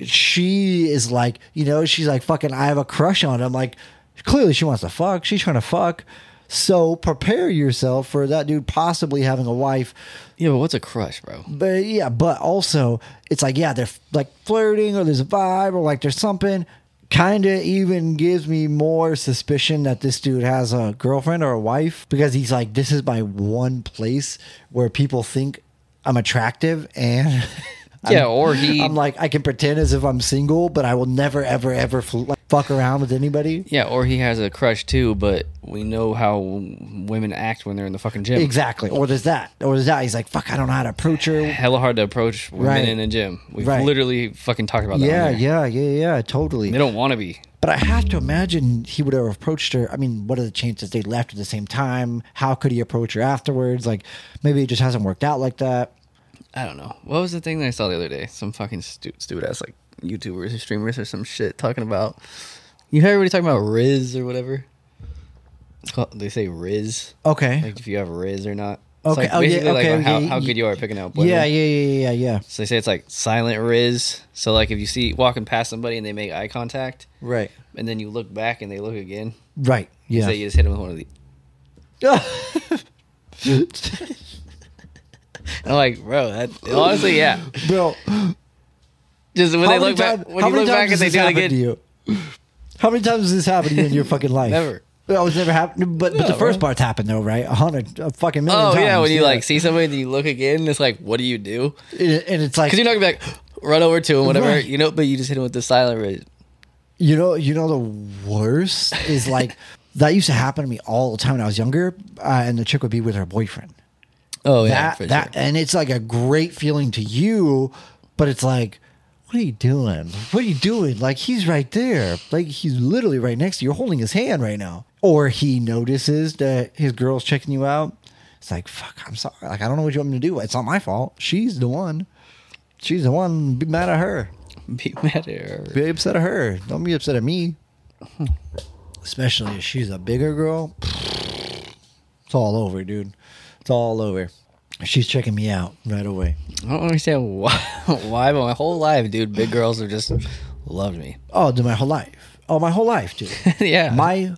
A: she is like, you know, she's like, fucking, I have a crush on him. Like, clearly she wants to fuck. She's trying to fuck. So prepare yourself for that dude possibly having a wife.
B: Yeah, but what's a crush, bro?
A: But yeah, but also, it's like, yeah, they're like flirting or there's a vibe or like there's something. Kind of even gives me more suspicion that this dude has a girlfriend or a wife because he's like, this is my one place where people think I'm attractive and.
B: Yeah,
A: I'm-
B: or he-
A: I'm like, I can pretend as if I'm single, but I will never, ever, ever fl- like, fuck around with anybody.
B: Yeah, or he has a crush too, but we know how women act when they're in the fucking gym.
A: Exactly. Or there's that. Or there's that. He's like, fuck, I don't know how to approach her.
B: Hella hard to approach women
A: Right.
B: in a gym. We've
A: Right.
B: literally fucking talked about that. on
A: Yeah,
B: here.
A: yeah, yeah, yeah, totally.
B: They don't want to be.
A: But I have to imagine he would have approached her. I mean, what are the chances they left at the same time? How could he approach her afterwards? Like, maybe it just hasn't worked out like that.
B: I don't know. What was the thing that I saw the other day? Some fucking stu- stupid ass like YouTubers or streamers or some shit talking about. You heard everybody talking about Riz or whatever. It's called- They say Riz,
A: Okay.
B: like if you have Riz or not. It's
A: Okay,
B: like
A: oh, yeah,
B: basically like
A: okay,
B: on how,
A: okay,
B: how
A: y-
B: good you are at picking out. women.
A: yeah, yeah, yeah, yeah, yeah.
B: So they say it's like silent Riz. So like if you see walking past somebody and they make eye contact,
A: Right.
B: and then you look back and they look again,
A: Right.
B: yeah.
A: Yeah.
B: you just hit them with one of the. And I'm like, bro, that honestly, yeah.
A: Bro,
B: Just when
A: how
B: they
A: many
B: look
A: times?
B: back, when
A: how
B: you
A: many times
B: look back and
A: has
B: they
A: this
B: do it
A: happened to
B: again,
A: you? How many times has this happened to you in your fucking life?
B: Never.
A: No, it's never happened. But, but the
B: No,
A: first
B: bro.
A: part's happened though, right? A hundred, a fucking million.
B: Oh yeah,
A: times,
B: when you like see somebody and you look again, it's like, what do you do?
A: And- and it's like
B: Because you're not gonna be like run over to him, whatever,
A: Right.
B: you know. But you just hit him with the silent red.
A: You know, you know the worst is like that used to happen to me all the time when I was younger, uh, and the chick would be with her boyfriend.
B: Oh yeah,
A: That that, and it's like a great feeling to you, but it's like, what are you doing? What are you doing? Like he's right there, like he's literally right next to you, You're holding his hand right now, or he notices that his girl's checking you out. It's like, fuck, I'm sorry. Like I don't know what you want me to do. It's not my fault. She's the one. She's the one. Be mad at her
B: be mad at her.
A: be upset at her. Don't be upset at me. Especially if she's a bigger girl. It's all over, dude. It's all over. She's checking me out right away.
B: I don't understand why, why, but my whole life, dude, big girls have just loved me.
A: Oh, dude, my whole life. Oh, my whole life, dude.
B: Yeah.
A: My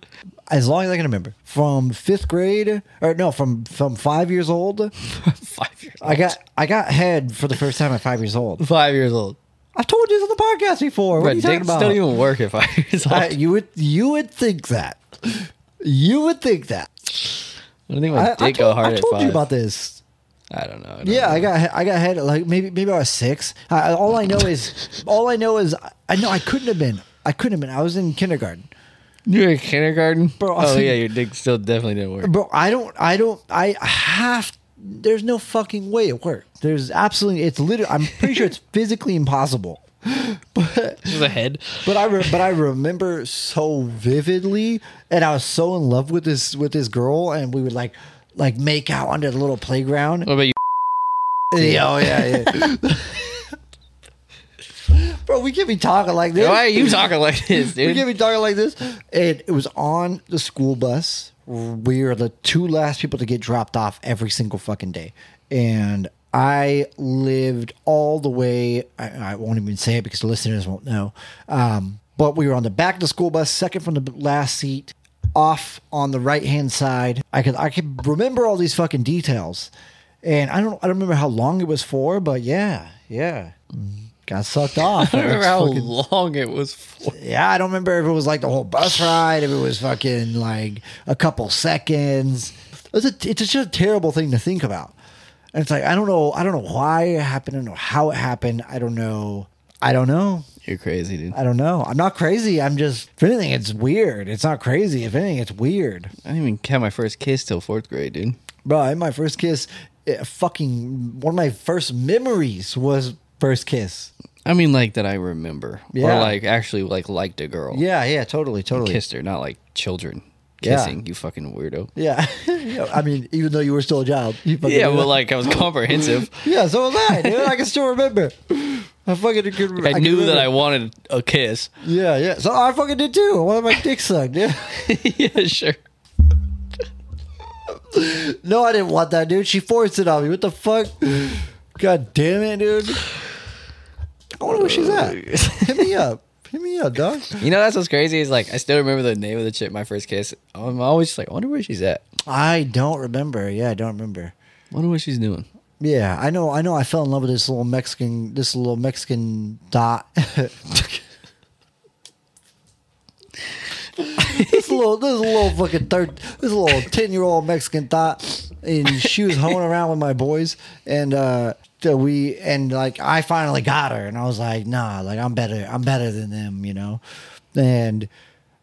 A: as long as I can remember. From fifth grade or no, from from five years old.
B: Five years.
A: I got I got head for the first time at five years old.
B: five years old.
A: I've told you this on the podcast before. What
B: Bro,
A: are you
B: dicks
A: talking about?
B: don't even work at five years old.
A: I-
B: I,
A: you would you would think that. You would think that.
B: don't think my
A: I-
B: dick
A: I
B: go
A: told,
B: hard
A: I
B: at
A: told
B: five.
A: you about this.
B: I don't know. I don't
A: Yeah,
B: know.
A: I got I got head at like maybe maybe I was six. I, I- all I know is all I know is I- I know I couldn't have been. I couldn't have been. I was in kindergarten,
B: You're in kindergarten,
A: Bro, I
B: Oh
A: think-
B: yeah, your dick still definitely didn't work.
A: bro. I don't. I don't. I have. There's no fucking way it worked. There's absolutely. It's literally. I'm pretty sure it's physically impossible. But
B: Just a head.
A: but I re- but I remember so vividly, and I was so in love with this with this girl, and we would like like make out under the little playground.
B: What about you?
A: Yeah, oh yeah, yeah. Bro, we can't be talking like this.
B: Why are you talking like this,
A: We
B: dude?
A: can't be talking like this. And it was on the school bus. We were the two last people to get dropped off every single fucking day. And I lived all the way. I, I won't even say it because the listeners won't know. Um, but we were on the back of the school bus, second from the b- last seat, off on the right hand side. I could I could remember all these fucking details. And I don't I don't remember how long it was for, but yeah, yeah. Got sucked off.
B: I don't remember
A: It's
B: how
A: fucking-
B: long it was for.
A: yeah, I don't remember if it was like the whole bus ride, if it was fucking like a couple seconds. It's a, it's just a terrible thing to think about. And it's like I don't know, I don't know why it happened. I don't know how it happened. I don't know. I don't know.
B: You're crazy, dude. I
A: I don't know. I'm not crazy. I'm just if anything, it's weird. It's not crazy. If anything, it's weird.
B: didn't even have my first kiss till fourth grade, dude.
A: Bro, I had my first kiss, eh, fucking one of my first memories was first kiss.
B: I mean, like that I remember,
A: Yeah.
B: or like actually like liked a girl,
A: Yeah, yeah, totally, totally.
B: kissed her, not like children
A: Yeah.
B: kissing. You fucking weirdo.
A: Yeah, I mean, even though you were still a child, you fucking
B: Yeah,
A: did
B: well,
A: that.
B: like I was comprehensive.
A: Yeah, so was I, dude. I can still remember. I fucking could.
B: I,
A: could
B: knew that I
A: remember.
B: wanted a kiss.
A: Yeah, yeah. So I fucking did too. One of my dick sucked, dude.
B: yeah, sure.
A: No, I didn't want that, dude. She forced it on me. What the fuck? God damn it, dude. I wonder where she's at. Hit me up. Hit me up, dog.
B: You know that's what's crazy is like I still remember the name of the chick. My first kiss. I'm always just like, I wonder where she's at.
A: I don't remember. Yeah, I don't remember.
B: I wonder what she's doing.
A: Yeah, I know. I know. I fell in love with this little Mexican. This little Mexican dot. this little, this little fucking third, this little ten-year-old Mexican dot, and she was hoeing around with my boys, and uh, so we, and like I finally got her, and I was like, nah, like I'm better, I'm better than them, you know, and.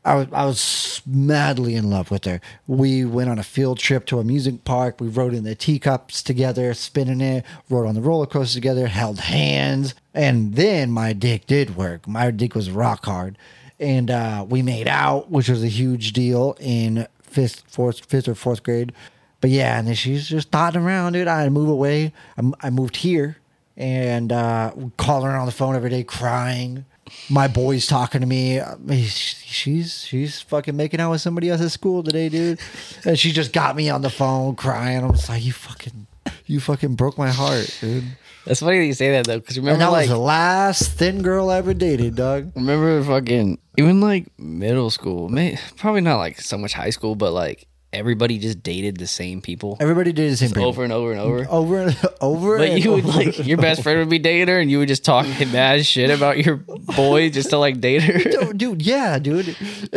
A: I was I was madly in love with her. We went on a field trip to a music park. We rode in the teacups together, spinning it. Rode on the roller coaster together, held hands, and then my dick did work. My dick was rock hard, and uh, we made out, which was a huge deal in fifth, fourth, fifth or fourth grade. But yeah, and then she's just dotting around, dude. I move away. I, m- I moved here and uh, calling her on the phone every day, crying. My boy's talking to me. I mean, She's she's fucking making out with somebody else at school today, dude. And she just got me on the phone crying. I'm just like, you fucking, you fucking broke my heart, dude.
B: That's funny that you say that though, because
A: And
B: remember
A: that
B: like
A: was the last thin girl I ever dated, dog.
B: remember fucking even like middle school, may, probably not like so much high school, but like everybody just dated the same people
A: Everybody did the same thing
B: over and over and over.
A: over and over.
B: But
A: and
B: you would
A: over.
B: like your best friend would be dating her, and you would just talk mad shit about your boy just to like date her.
A: Dude, dude, yeah, dude.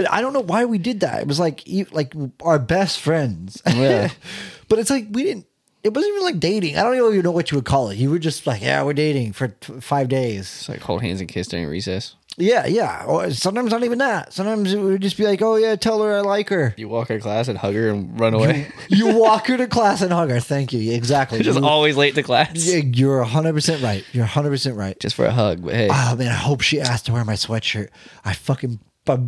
A: I don't know why we did that. It was like you- like our best friends.
B: Yeah.
A: but it's like we didn't. It wasn't even like dating. I don't even know what you would call it. You were just like, yeah, we're dating for t- five days.
B: Just like hold hands and kiss during recess.
A: Yeah, yeah. Or sometimes not even that. Sometimes it would just be like, oh yeah, tell her I like her.
B: You walk her class and hug her and run away.
A: You walk her to class and hug her. Thank you. Yeah, Exactly.
B: just
A: You-
B: always late to class.
A: yeah, you're 100% right. You're 100% right.
B: Just for a hug, but hey,
A: Oh man, I hope she asked to wear my sweatshirt. I fucking I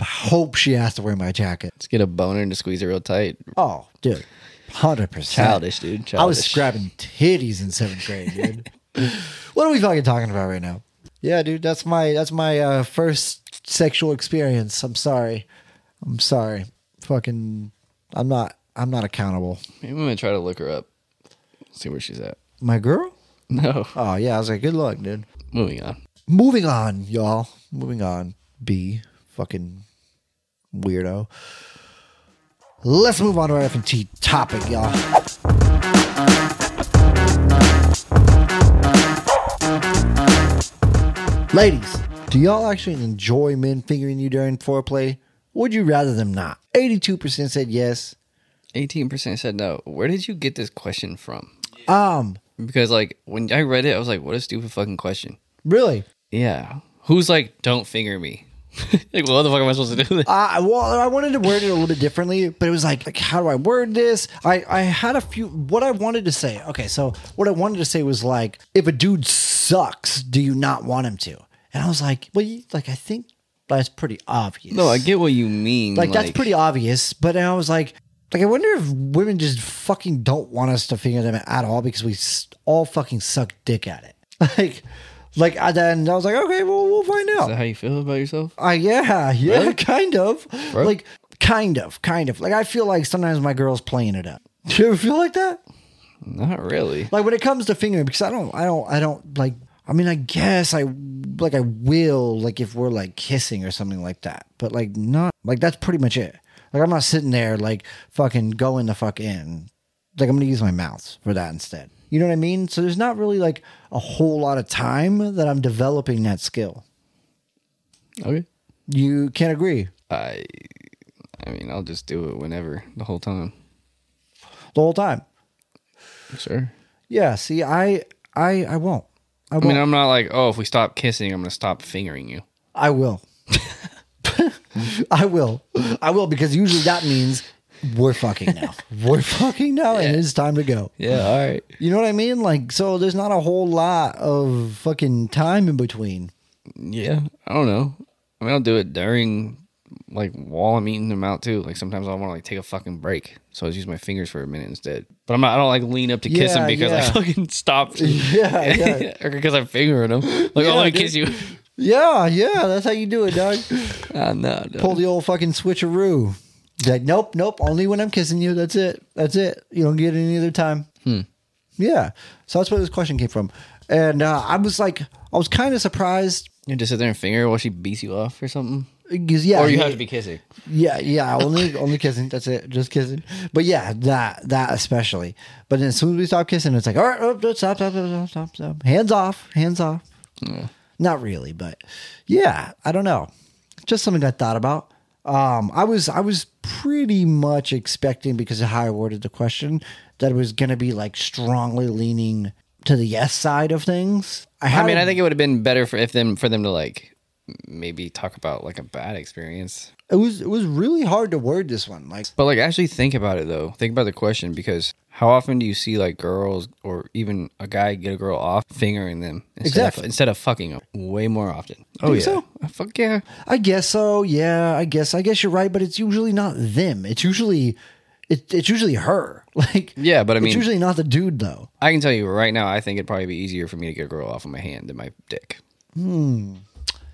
A: hope she asked to wear my jacket.
B: let's get a boner and to squeeze it real tight.
A: Oh, dude, hundred percent.
B: Childish, dude. Childish.
A: I was grabbing titties in seventh grade, dude. what are we fucking talking about right now? Yeah, dude, that's my that's my uh, first sexual experience. I'm sorry, I'm sorry. Fucking, I'm not I'm not accountable.
B: Maybe I'm gonna try to look her up, see where she's at.
A: My girl.
B: No,
A: Oh yeah, I was like, good luck, dude.
B: moving on.
A: Moving on, y'all. Moving on. B fucking weirdo. Let's move on to our F and T topic, y'all. Ladies, do y'all actually enjoy men fingering you during foreplay? Would you rather them not? 82% said yes.
B: Eighteen percent said no. Where did you get this question from?
A: Um,
B: Because like when I read it, I was like, what a stupid fucking question.
A: really?
B: Yeah. Who's like, don't finger me? like, what the fuck am I supposed to do? This?
A: Uh, well, I wanted to word it a little bit differently, but it was like, like, how do I word this? I, I had a few. What I wanted to say, okay, so what I wanted to say was like, if a dude sucks, do you not want him to? And I was like, well, you, like I think that's pretty obvious.
B: no, I get what you mean.
A: like, that's pretty obvious. But I was like, like I wonder if women just fucking don't want us to figure them out at all because we s- all fucking suck dick at it. Like, like I then I was like, okay, well, we'll find out.
B: Is that how you feel about yourself?
A: Uh, yeah, yeah, kind of.
B: Really?
A: Like, kind of, kind of. Like, I feel like sometimes my girl's playing it up. Do you ever feel like that?
B: Not really.
A: Like when it comes to fingering, because I don't, I don't, I don't like. I mean, I guess I like I will like if we're like kissing or something like that, but like not like that's pretty much it. Like I'm not sitting there like fucking going the fuck in. Like I'm gonna use my mouth for that instead. You know what I mean? So there's not really like a whole lot of time that I'm developing that skill.
B: Okay.
A: You can't agree.
B: I, I mean, I'll just do it whenever, the whole time.
A: the whole time.
B: Sure.
A: Yeah. See, I, I, I won't. I
B: I
A: won't. I,
B: mean, I'm not like, oh, if we stop kissing, I'm gonna stop fingering you.
A: will. I will. I will because usually that means we're fucking now. we're fucking now, and it's time to go.
B: Yeah. All right.
A: You know what I mean? Like, so there's not a whole lot of fucking time in between.
B: Yeah. I don't know. I mean, I'll do it during, like, while I'm eating them out too. Like sometimes I want to like take a fucking break, so I just use my fingers for a minute instead. But I'm not. I don't like lean up to kiss
A: Yeah,
B: him because
A: yeah.
B: I fucking stopped.
A: Yeah, yeah.
B: or because I'm fingering him. Like,
A: Yeah,
B: oh, let me
A: dude.
B: kiss you.
A: Yeah, yeah. That's how you do it, dog.
B: Ah, no, no.
A: Pull the old fucking switcheroo. Be Like, nope, nope. Only when I'm kissing you. That's it. That's it. You don't get any other time. Yeah. So that's where this question came from. And uh, I was like, I was kind of surprised
B: You just sit there and finger while she beats you off or something.
A: 'cause, yeah,
B: or you
A: yeah,
B: have to be kissing.
A: yeah, yeah. Only, only kissing. That's it. Just kissing. But yeah, that that especially. But then as soon as we stop kissing, it's like, all right, oh, no, stop, stop, stop, stop, stop, stop. Hands off. Hands off. Not really, but yeah, I don't know. Just something I thought about. Um, I was I was pretty much expecting because of how I worded the question that it was going to be like strongly leaning to the yes side of things.
B: I
A: had
B: mean,
A: a-
B: I think it would have been better for if them for them to like maybe talk about like a bad experience.
A: it was it was really hard to word this one. Like
B: But like actually think about it though. Think about the question because how often do you see like girls or even a guy get a girl off fingering them instead
A: Exactly.
B: of, instead of fucking them? Way more often. Oh
A: Think
B: yeah.
A: so?
B: Uh, Fuck yeah.
A: I guess so. Yeah, I guess I guess you're right, but it's usually not them. It's usually It, it's usually her. Like
B: Yeah, but I mean-
A: it's usually not the dude though.
B: I can tell you right now, I think it'd probably be easier for me to get a girl off of my hand than my dick.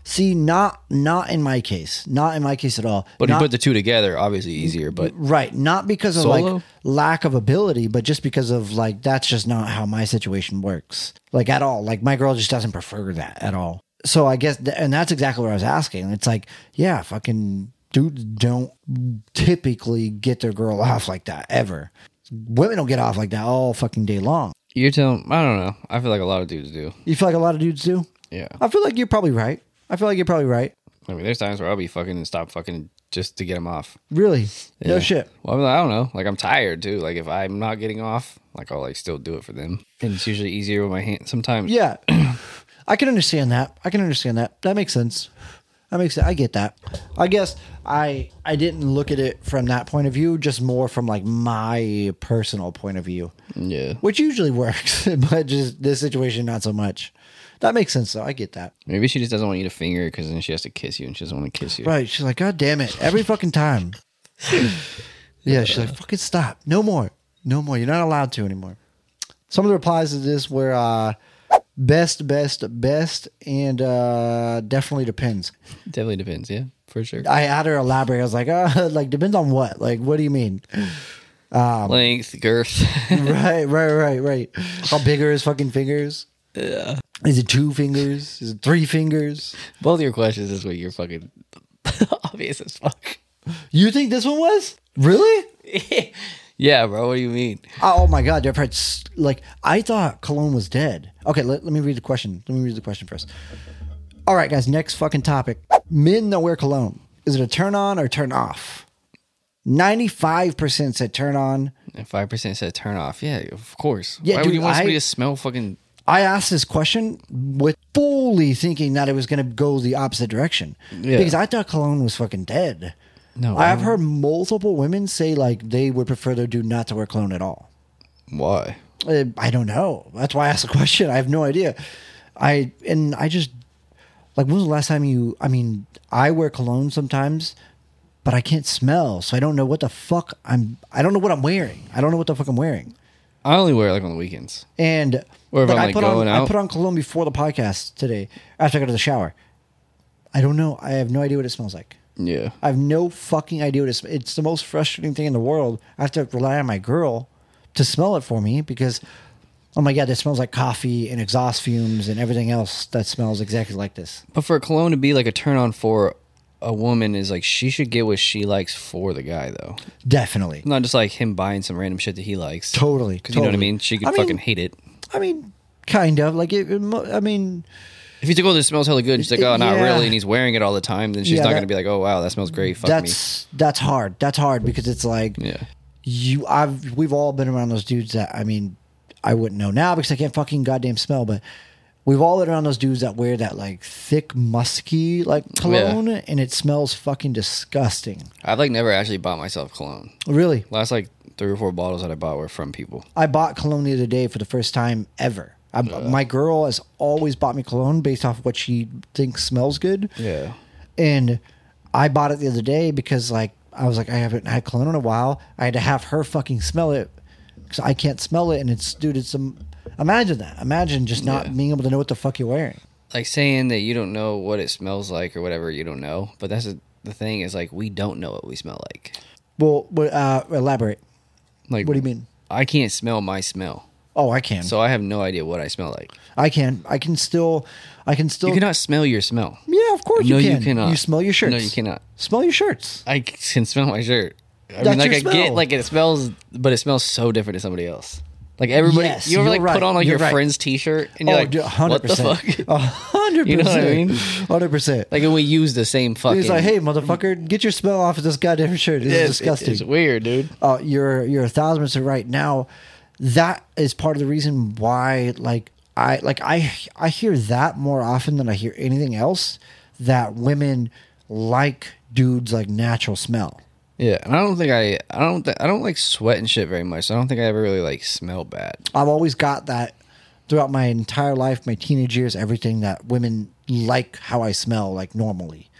A: See, not not in my case, not in my case at all.
B: But
A: Not-
B: if you put the two together, obviously easier. But
A: Right. Not because of like
B: Solo?
A: lack of ability, but just because of like that's just not how my situation works. Like at all. Like my girl just doesn't prefer that at all. So I guess th- and that's exactly what I was asking. It's like, yeah, fucking dudes don't typically get their girl off like that ever. Women don't get off like that all fucking day long.
B: you're telling, I don't know. I feel like a lot of dudes do.
A: You feel like a lot of dudes do?
B: Yeah.
A: I feel like you're probably right. I feel like you're probably right.
B: I mean, there's times where I'll be fucking and stop fucking just to get them off.
A: Really? No
B: Yeah.
A: shit.
B: Well, I, mean, I don't know. Like I'm tired too. Like if I'm not getting off, like I'll like still do it for them. And it's usually easier with my hand. Sometimes.
A: Yeah. I can understand that. I can understand that. That makes sense. That makes sense. I get that. I guess I I didn't look at it from that point of view, just more from like my personal point of view,
B: Yeah.
A: which usually works, but just this situation not so much. That makes sense though. I get that.
B: Maybe she just doesn't want you to finger because then she has to kiss you and she doesn't want to kiss you.
A: Right. She's like, God damn it. Every fucking time. yeah. She's like, fucking stop. No more. No more. You're not allowed to anymore. Some of the replies to this were uh, best, best, best, and uh, definitely depends.
B: Definitely depends. Yeah, for sure.
A: I had her elaborate. I was like, uh, like, depends on what? Like, what do you mean?
B: Length, girth.
A: right, right, right, right. How big are his fucking fingers? Yeah. Is it two fingers? Is it three fingers?
B: Both your questions this week you're fucking obvious as fuck.
A: You think this one was? Really?
B: yeah, bro. What do you mean?
A: Oh my god, I've heard s- like I thought Cologne was dead. Okay, let, let me read the question. Let me read the question first. All right, guys, next fucking topic. Men that wear cologne. Is it a turn on or turn off? 95% said turn on.
B: And five percent said turn off. Yeah, of course.
A: Yeah,
B: Why
A: dude,
B: would you want somebody
A: I-
B: to smell fucking?
A: I asked this question with fully thinking that it was going to go the opposite direction
B: Yeah.
A: because I thought cologne was fucking dead.
B: No,
A: I've
B: I-
A: heard multiple women say like they would prefer their dude not to wear cologne at all.
B: Why?
A: Uh, I don't know. That's why I asked the question. I have no idea. I and I just like when was the last time you? I mean, I wear cologne sometimes, but I can't smell, so I don't know what the fuck I'm. I don't know what I'm wearing. I don't know what the fuck I'm wearing.
B: I only wear it like on the weekends.
A: And
B: Or if
A: like,
B: I'm,
A: I
B: like,
A: put on
B: going
A: I
B: out.
A: put on cologne before the podcast today after I go to the shower. I don't know. I have no idea what it smells like.
B: Yeah.
A: I have no fucking idea what it smells. It's the most frustrating thing in the world. I have to rely on my girl to smell it for me because oh my god, this smells like coffee and exhaust fumes and everything else that smells exactly like this.
B: But for a cologne to be like a turn on for a woman is like she should get what she likes for the guy though.
A: Definitely.
B: Not just like him buying some random shit that he likes.
A: Totally.
B: 'Cause you know what I
A: totally.
B: mean? She could
A: I mean-
B: fucking hate it.
A: I mean, kind of like it, it mo- I mean,
B: If you took all this smells hella good and she's like,
A: Yeah.
B: oh, not really, and he's wearing it all the time, then she's
A: Yeah,
B: not
A: that-
B: going to be like, oh, wow, that smells great. Fuck
A: that's that's hard. That's hard because it's like
B: me. Yeah.
A: you I've we've all been around those dudes that I mean I wouldn't know now because I can't fucking goddamn smell, but we've all been around those dudes that wear that like thick musky like cologne and it smells fucking disgusting.
B: I've like never actually bought myself cologne.
A: Really.
B: Last like three or four bottles that I bought were from people.
A: I bought cologne the other day for the first time ever. I, my girl has always bought me cologne based off what she thinks smells good.
B: Yeah.
A: And I bought it the other day because like I was like I haven't had cologne in a while. I had to have her fucking smell it because I can't smell it. And it's dude, it's um, imagine that. Imagine just not
B: Yeah.
A: being able to know what the fuck you're wearing.
B: Like saying that you don't know what it smells like or whatever, you don't know. But that's the the thing is like, we don't know what we smell like.
A: Well, what, uh, elaborate.
B: Like,
A: What do you mean?
B: I can't smell my smell.
A: Oh, I can.
B: So I have no idea what I smell like.
A: I can. I can still. I can still.
B: You cannot smell your smell.
A: yeah, of course
B: No,
A: you
B: you
A: can.
B: cannot.
A: You smell your shirts.
B: No, you cannot.
A: Smell your shirts.
B: I can smell my shirt. I
A: That's
B: mean, like
A: your
B: I get
A: smell.
B: like it smells, but it smells so different to somebody else. Like everybody,
A: Yes,
B: you ever
A: you're
B: like
A: right,
B: put on like
A: you're
B: your
A: right. Oh,
B: friend's T-shirt and you're like,
A: dude,
B: what the fuck?
A: hundred percent.
B: You know what I mean?
A: Hundred percent.
B: like, and we use the same fucking.
A: He's like, "Hey, motherfucker, get your smell off of this goddamn shirt. This
B: Yeah,
A: is
B: it's-
A: disgusting."
B: It's weird, dude.
A: uh, you're you're a thousand percent right now that is part of the reason why like i like i i hear that more often than i hear anything else that women like dudes like natural smell
B: Yeah, and I don't think I, I don't, th- I don't like sweat and shit very much. So I don't think I ever really like smell bad.
A: i've always got that throughout my entire life my teenage years everything that women like how i smell like normally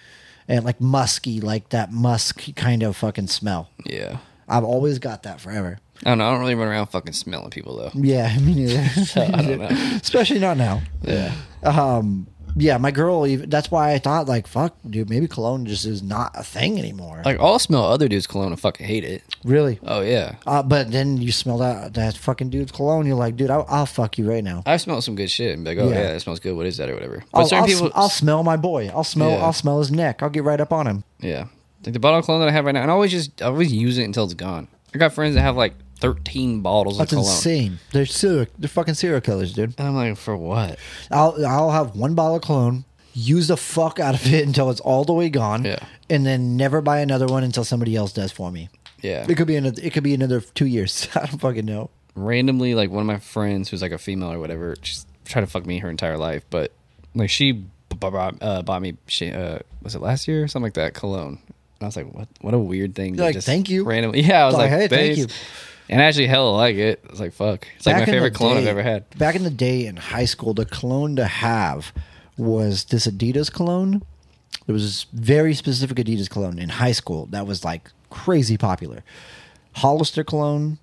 A: and like musky like that musk kind of fucking smell
B: Yeah,
A: I've always got that forever.
B: I don't know. I don't really run around fucking smelling people though.
A: Yeah, me neither.
B: I don't know.
A: Especially not now.
B: Yeah.
A: Um, yeah, my girl. Even, that's why I thought like, fuck, dude, maybe cologne just is not a thing anymore.
B: Like I'll smell other dudes' cologne and fucking hate it.
A: really.
B: Oh yeah.
A: Uh, but then you smell that that fucking dude's cologne. You're like, dude, I'll, I'll fuck you right now.
B: I've smelled some good shit and be like, oh
A: Yeah.
B: yeah, that smells good. What is that or whatever? But
A: I'll,
B: certain
A: I'll,
B: people,
A: sm- I'll smell my boy. I'll smell.
B: Yeah.
A: I'll smell his neck. I'll get right up on him.
B: yeah, like the bottle of cologne that I have right now, and I always just I always use it until it's gone. I got friends that have like thirteen bottles
A: That's
B: of cologne,
A: insane. They're serial, they're fucking serial killers, dude.
B: and I'm like, for what?
A: I'll I'll have one bottle of cologne, use the fuck out of it until it's all the way gone,
B: Yeah.
A: and then never buy another one until somebody else does for me.
B: Yeah,
A: It could be another. It could be another two years. I don't fucking know.
B: randomly like one of my friends who's like a female or whatever she's tried to fuck me her entire life but like she b- b- bought, uh, bought me she, uh, was it last year or something like that cologne and i was like what what a weird thing to
A: like, "Thank you."
B: randomly yeah i was
A: Like,
B: like,
A: "Hey, thank
B: thank
A: you."
B: you and I actually hell like it it's like fuck it's like
A: Back
B: my
A: in the
B: favorite cologne i've
A: day-
B: ever had
A: Back in the day in high school, the cologne to have was this Adidas cologne. There was this very specific Adidas cologne in high school that was like crazy popular. Hollister cologne,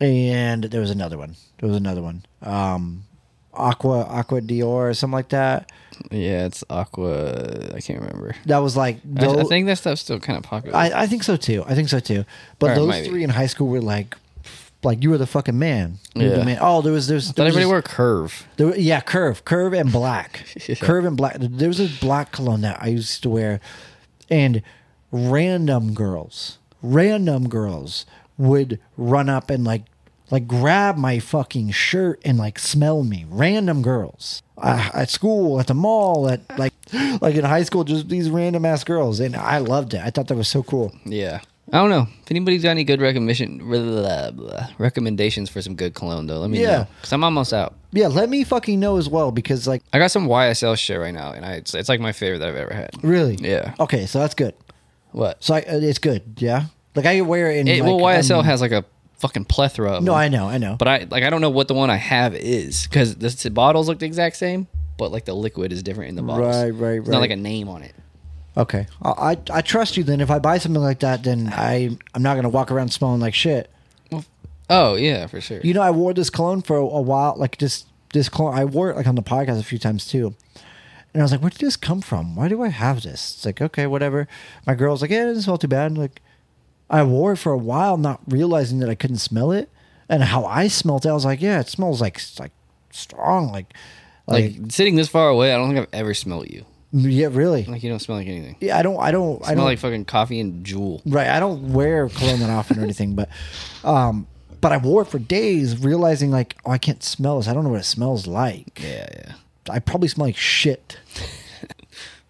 A: and there was another one. There was another one. Um, Aqua Aqua Dior or something like that.
B: yeah it's aqua i can't remember
A: That was like
B: I- I,
A: tho-
B: think that stuff's still kind of popular
A: I, I think so too. I think so too. But
B: Or it might
A: those
B: be.
A: three in high school were like, like you were the fucking man. You were the
B: Yeah.
A: man. Oh, there was there's.
B: thought
A: there was
B: everybody
A: this-
B: wore curve
A: There, were- yeah, curve, curve, and black,
B: Yeah.
A: curve and black. There was a black cologne that I used to wear, and random girls, random girls would run up and like, like grab my fucking shirt and like smell me. Random girls uh, at school, at the mall, at like, like in high school, just these random ass girls, and I loved it. I thought that was so cool.
B: yeah I don't know. If anybody's got any good recommendation blah, blah, recommendations for some good cologne, though, let me
A: Yeah.
B: know. Because I'm almost out.
A: Yeah, let me fucking know as well because like,
B: I got some YSL shit right now, and I it's, it's like my favorite that I've ever had.
A: really,
B: Yeah.
A: okay, so that's good.
B: What?
A: So I, uh, it's good, yeah. Like I wear it in
B: It,
A: like,
B: well, YSL
A: um,
B: has like a fucking plethora. Of
A: No,
B: them.
A: I know, I know.
B: But I like I don't know what the one I have is because the s- bottles look the exact same, but like the liquid is different in the bottles.
A: Right, right,
B: It's not like
A: right.
B: a name on it.
A: okay, I, I I trust you. Then if I buy something like that, then I I'm not gonna walk around smelling like shit.
B: Oh yeah, for sure.
A: You know, I wore this cologne for a, a while, like just this cologne. I wore it like on the podcast a few times too. And I was like, where did this come from? Why do I have this? It's like, okay, whatever. My girl's like, yeah, it doesn't smell too bad. Like, I wore it for a while, not realizing that I couldn't smell it. And how I smelled it, I was like, yeah, it smells like like strong, like,
B: like
A: like,
B: sitting this far away, I don't think I've ever smelled you.
A: yeah, really.
B: Like you don't smell like anything.
A: yeah, I don't, I don't, I
B: I smell
A: don't
B: like fucking coffee and Jewel.
A: Right. I don't wear cologne that often or anything, but um but I wore it for days, realizing like, oh, I can't smell this. I don't know what it smells like.
B: Yeah, yeah.
A: I probably smell like shit.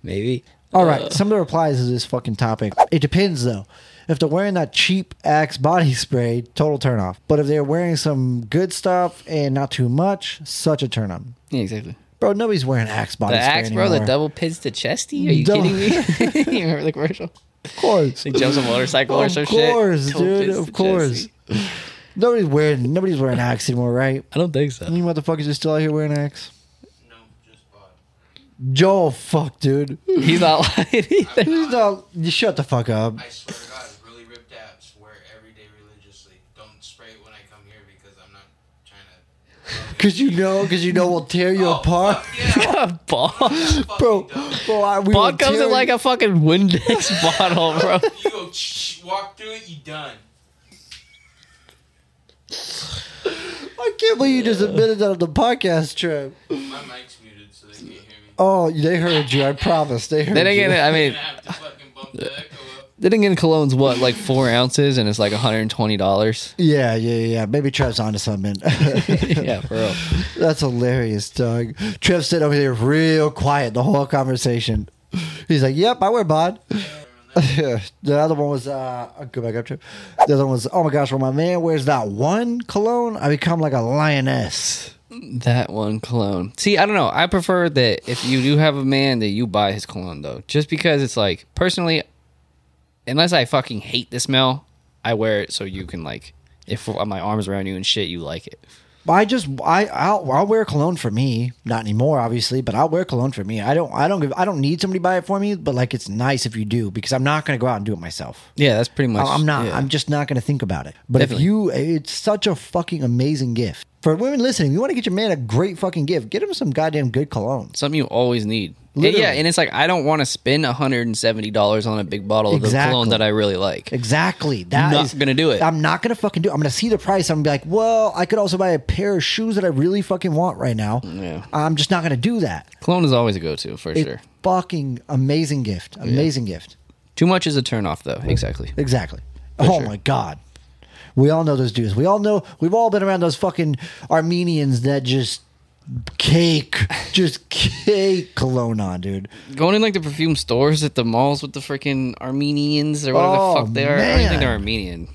B: Maybe.
A: All right. Some of the replies to this fucking topic. It depends though. If they're wearing that cheap Axe body spray, total turn off. But if they're wearing some good stuff and not too much, such a turn on.
B: Yeah, exactly.
A: Bro, nobody's wearing Axe body
B: The
A: spray
B: axe,
A: anymore.
B: bro, that double pins the chesty. Are you
A: Double-
B: kidding me? you remember the commercial?
A: Of course.
B: He jumps on a motorcycle or
A: Of
B: some shit.
A: course,
B: Don't
A: dude.
B: piss
A: Of
B: the
A: course.
B: Jesse.
A: Nobody's wearing nobody's wearing Axe anymore, right?
B: I don't think so.
A: You motherfuckers are still out here wearing Axe.
C: No, just bought.
A: Joel, fuck, dude.
B: He's not lying either.
A: He's not- you shut the fuck up.
C: I swear to God, really ripped abs. Wear it every day religiously. Don't spray it when I come here because I'm not trying to.
A: Cause you know, cause you know, we'll tear you
C: Oh,
A: apart,
C: fuck yeah,
B: Ball.
C: fucking
A: bro.
C: dumb.
A: Bro, I, we
B: Ball
A: will
B: comes
A: tear
B: in like a fucking Windex bottle, bro.
C: You go ch- walk through it, you done.
A: I can't believe you just admitted that on the podcast trip.
C: My mic's muted, so they can't hear me.
A: Oh, they heard you. I promise, they heard
B: Then again,
A: you.
B: I
C: I'm
B: mean,
C: gonna have to fucking bump the echo up.
B: then again, cologne's what, like four ounces, and it's like one hundred and twenty dollars.
A: Yeah, yeah, yeah. Maybe Trev's onto something.
B: yeah, for real.
A: That's hilarious, Doug. Trev stood over there real quiet the whole conversation. He's like, "Yep, I wear bod." the other one was, uh, I'll go back up to. The other one was, "Oh my gosh, when my man wears that one cologne, I become like a lioness."
B: That one cologne. See, I don't know. I prefer that if you do have a man that you buy his cologne though, just because it's like personally, unless I fucking hate the smell, I wear it so you can like, if my arms around you and shit, you like it.
A: I just I I'll, I'll wear cologne for me. Not anymore, obviously, but I'll wear cologne for me. I don't I don't give I don't need somebody to buy it for me, but like it's nice if you do because I'm not going to go out and do it myself.
B: Yeah, that's pretty much.
A: I- Oh, I'm not.
B: yeah.
A: I'm just not going to think about it. But if
B: Definitely.
A: you, it's such a fucking amazing gift for women listening. You want to get your man a great fucking gift. Get him some goddamn good cologne.
B: something you always need.
A: Literally.
B: Yeah, and it's like I don't want to spend hundred and seventy dollars on a big bottle of the
A: Exactly.
B: cologne that I really like.
A: Exactly. That
B: Not
A: is-
B: gonna do it.
A: I'm not gonna fucking do it. I'm gonna see the price. I'm gonna be like, well, I could also buy a pair of shoes that I really fucking want right now.
B: Yeah.
A: I'm just not gonna do that.
B: Cologne is always a go-to for
A: It's
B: sure.
A: fucking amazing gift. Amazing gift.
B: Too much is a turnoff, though. Exactly.
A: Exactly. oh
B: sure.
A: my god. We all know those dudes. We all know. We've all been around those fucking Armenians that just cake, just cake cologne on, dude.
B: Going in like the perfume stores at the malls with the freaking Armenians or whatever
A: Oh,
B: the fuck they are. I don't
A: man.
B: think they're Armenian.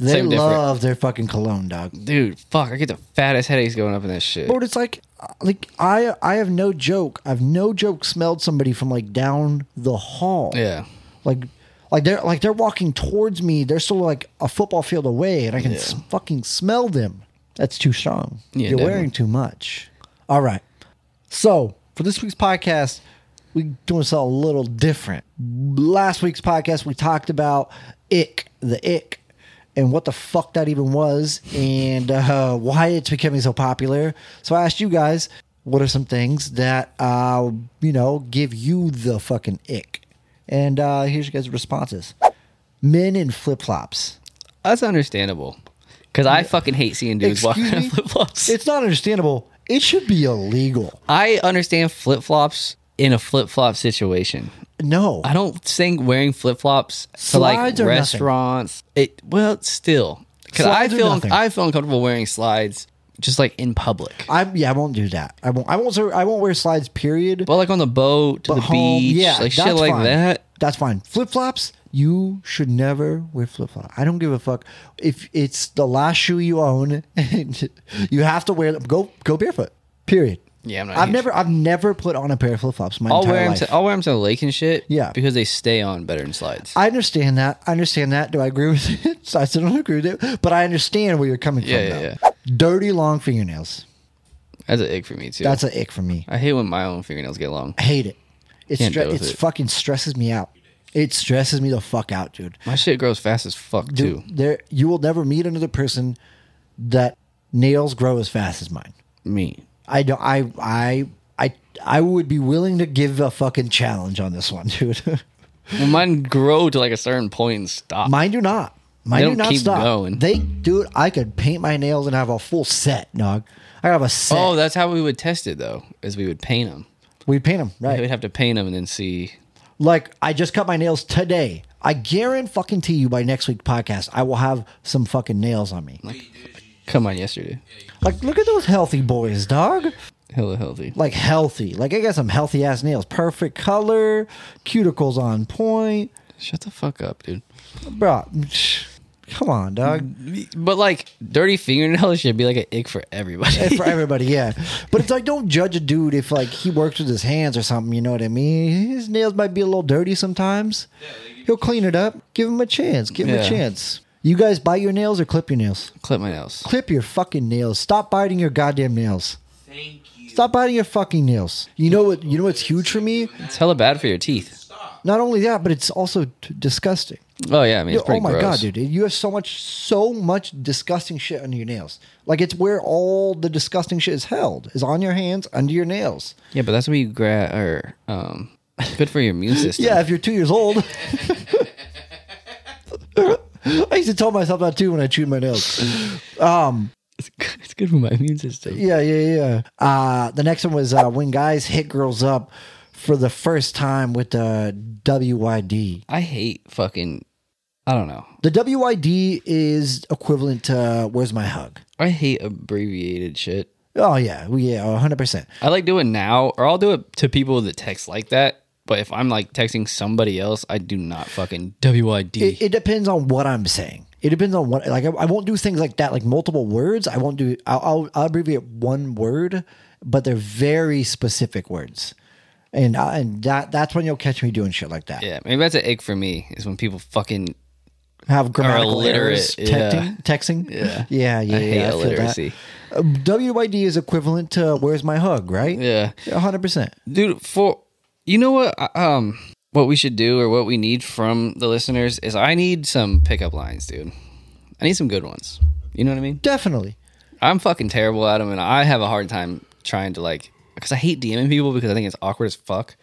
A: They
B: Same difference.
A: love their fucking cologne, dog.
B: Dude, fuck! I get the fattest headaches going up in that shit.
A: But it's like, uh, like I, I have no joke. I've no joke. Smelled somebody from like down the hall.
B: Yeah.
A: Like, like they're like they're walking towards me. They're still like a football field away, and I can s- fucking smell them. That's too strong.
B: Yeah,
A: You're
B: definitely.
A: wearing too much. All right. So for this week's podcast, we doing something a little different. Last week's podcast, we talked about ick, the ick, and what the fuck that even was, and uh, why it's becoming so popular. So I asked you guys, what are some things that uh, you know give you the fucking ick? And uh, here's your guys' responses: men in flip flops.
B: That's understandable. Because I fucking hate seeing dudes walking
A: Excuse
B: in
A: me?
B: flip flops.
A: It's not understandable. It should be illegal.
B: I understand flip flops in a flip flop situation.
A: No,
B: I don't think wearing flip flops to like
A: Slides are nothing.
B: restaurants. It well, still because I
A: Slides are
B: feel
A: nothing.
B: I feel uncomfortable wearing slides just like in public.
A: I yeah, I won't do that. I won't. I won't. wear- I won't wear slides. Period.
B: Well, like on the boat to the beach, like shit
A: that's
B: like
A: fine.
B: that.
A: That's fine. Flip flops. You should never wear flip flops. I don't give a fuck if it's the last shoe you own. And you have to wear them. Go go barefoot. Period.
B: Yeah, I'm not
A: I've
B: huge.
A: never I've never put on a pair of flip flops my
B: I'll
A: entire
B: wear them
A: life.
B: to I'll wear them to the lake and shit.
A: Yeah.
B: because they stay on better than slides.
A: I understand that. I understand that. Do I agree with it? So I still don't agree with it, but I understand where you're coming
B: Yeah,
A: from.
B: yeah,
A: though. Dirty long fingernails.
B: That's an ick for me too.
A: That's an ick for me.
B: I hate when my own fingernails get long.
A: I hate it. It
B: Can't
A: stre-
B: deal with
A: it's
B: it.
A: fucking stresses me out. It stresses me the fuck out, dude.
B: My shit grows fast as fuck too.
A: Dude, there you will never meet another person that nails grow as fast as mine.
B: Me.
A: I don't. I I I I would be willing to give a fucking challenge on this one, dude.
B: Well, mine grow to like a certain point and stop.
A: Mine do not. Mine
B: They
A: do
B: don't
A: not
B: keep
A: stop.
B: going.
A: They, dude, I could paint my nails and have a full set, dog. I have a set.
B: oh, that's how we would test it though, is we would paint them.
A: we paint them right.
B: We would have to paint them and then see.
A: Like I just cut my nails today. I guarantee fucking to you by next week podcast, I will have some fucking nails on me. Like,
B: Come on, yesterday.
A: look at those healthy boys, dog.
B: Hella healthy.
A: Like healthy. Like I got some healthy ass nails. Perfect color, cuticles on point,
B: Shut the fuck up, dude.
A: bro. Come on, dog.
B: But like, dirty fingernails should be like an ick for everybody.
A: for everybody, yeah. But it's like don't judge a dude if like he works with his hands or something. You know what I mean? His nails might be a little dirty sometimes. He'll clean it up. Give him a chance. Give him
B: Yeah.
A: a chance. You guys bite your nails or clip your nails?
B: Clip my nails.
A: Clip your fucking nails. Stop biting your goddamn nails.
C: Thank you.
A: Stop biting your fucking nails. You know what? You know what's huge for me?
B: It's hella bad for your teeth.
A: Not only that, but it's also t- disgusting.
B: Oh yeah, I mean, it's
A: oh
B: pretty
A: my
B: gross.
A: god, dude! You have so much, so much disgusting shit under your nails. Like it's where all the disgusting shit is held is on your hands, under your nails.
B: Yeah, but that's what you grab. Or um, good for your immune system.
A: Yeah, if you're two years old. I used to tell myself that too when I chewed my nails.
B: it's good, it's good for my immune system.
A: Yeah, yeah, yeah. Uh, the next one was uh, when guys hit girls up for the first time with uh, the WYD.
B: I hate fucking. I don't know.
A: The WYD is equivalent to uh, "Where's my hug."
B: I hate abbreviated shit.
A: Oh yeah, we- yeah, one hundred percent.
B: I like doing now, or I'll do it to people that text like that. But if I'm like texting somebody else, I do not fucking WID.
A: It, it depends on what I'm saying. It depends on what. Like I, I won't do things like that, like multiple words. I won't do. I'll, I'll, I'll abbreviate one word, but they're very specific words, and I, and that that's when you'll catch me doing shit like that.
B: yeah, maybe that's an ick for me is when people fucking
A: have grammatical errors
B: illiterate, yeah.
A: texting, texting.
B: Yeah.
A: yeah, yeah.
B: I hate
A: yeah, I feel that.
B: illiteracy.
A: Uh, WYD is equivalent to "Where's my hug?" Right?
B: Yeah.
A: hundred percent.
B: dude for you know what I- um what we should do or what we need from the listeners is i need some pickup lines dude i need some good ones you know what i mean
A: Definitely.
B: i'm fucking terrible at them and i have a hard time trying to like because i hate dming people because i think it's awkward as fuck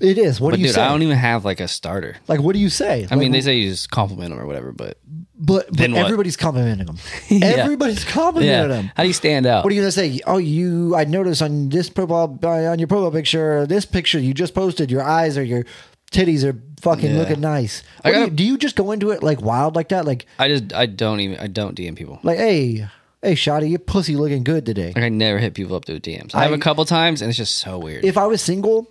A: It is. What
B: but
A: do you
B: dude
A: say?
B: i don't even have like a starter
A: like, what do you say?
B: i mean they say you just compliment them or whatever but
A: but, but
B: then what?
A: everybody's complimenting them. Everybody's
B: yeah
A: complimenting them.
B: how do you stand out
A: What are you gonna say? Oh, you! I noticed on this profile, uh, on your profile picture, this picture you just posted, your eyes or your titties are fucking
B: Yeah.
A: looking nice.
B: I
A: What do,
B: gotta-
A: you, do you just go into it like wild like that? Like,
B: i just i don't even i don't dm people
A: like, hey, hey, Shotty, your pussy looking good today.
B: like i never hit people up through dms i, have a
A: I-
B: couple times and it's just so weird
A: If I was single,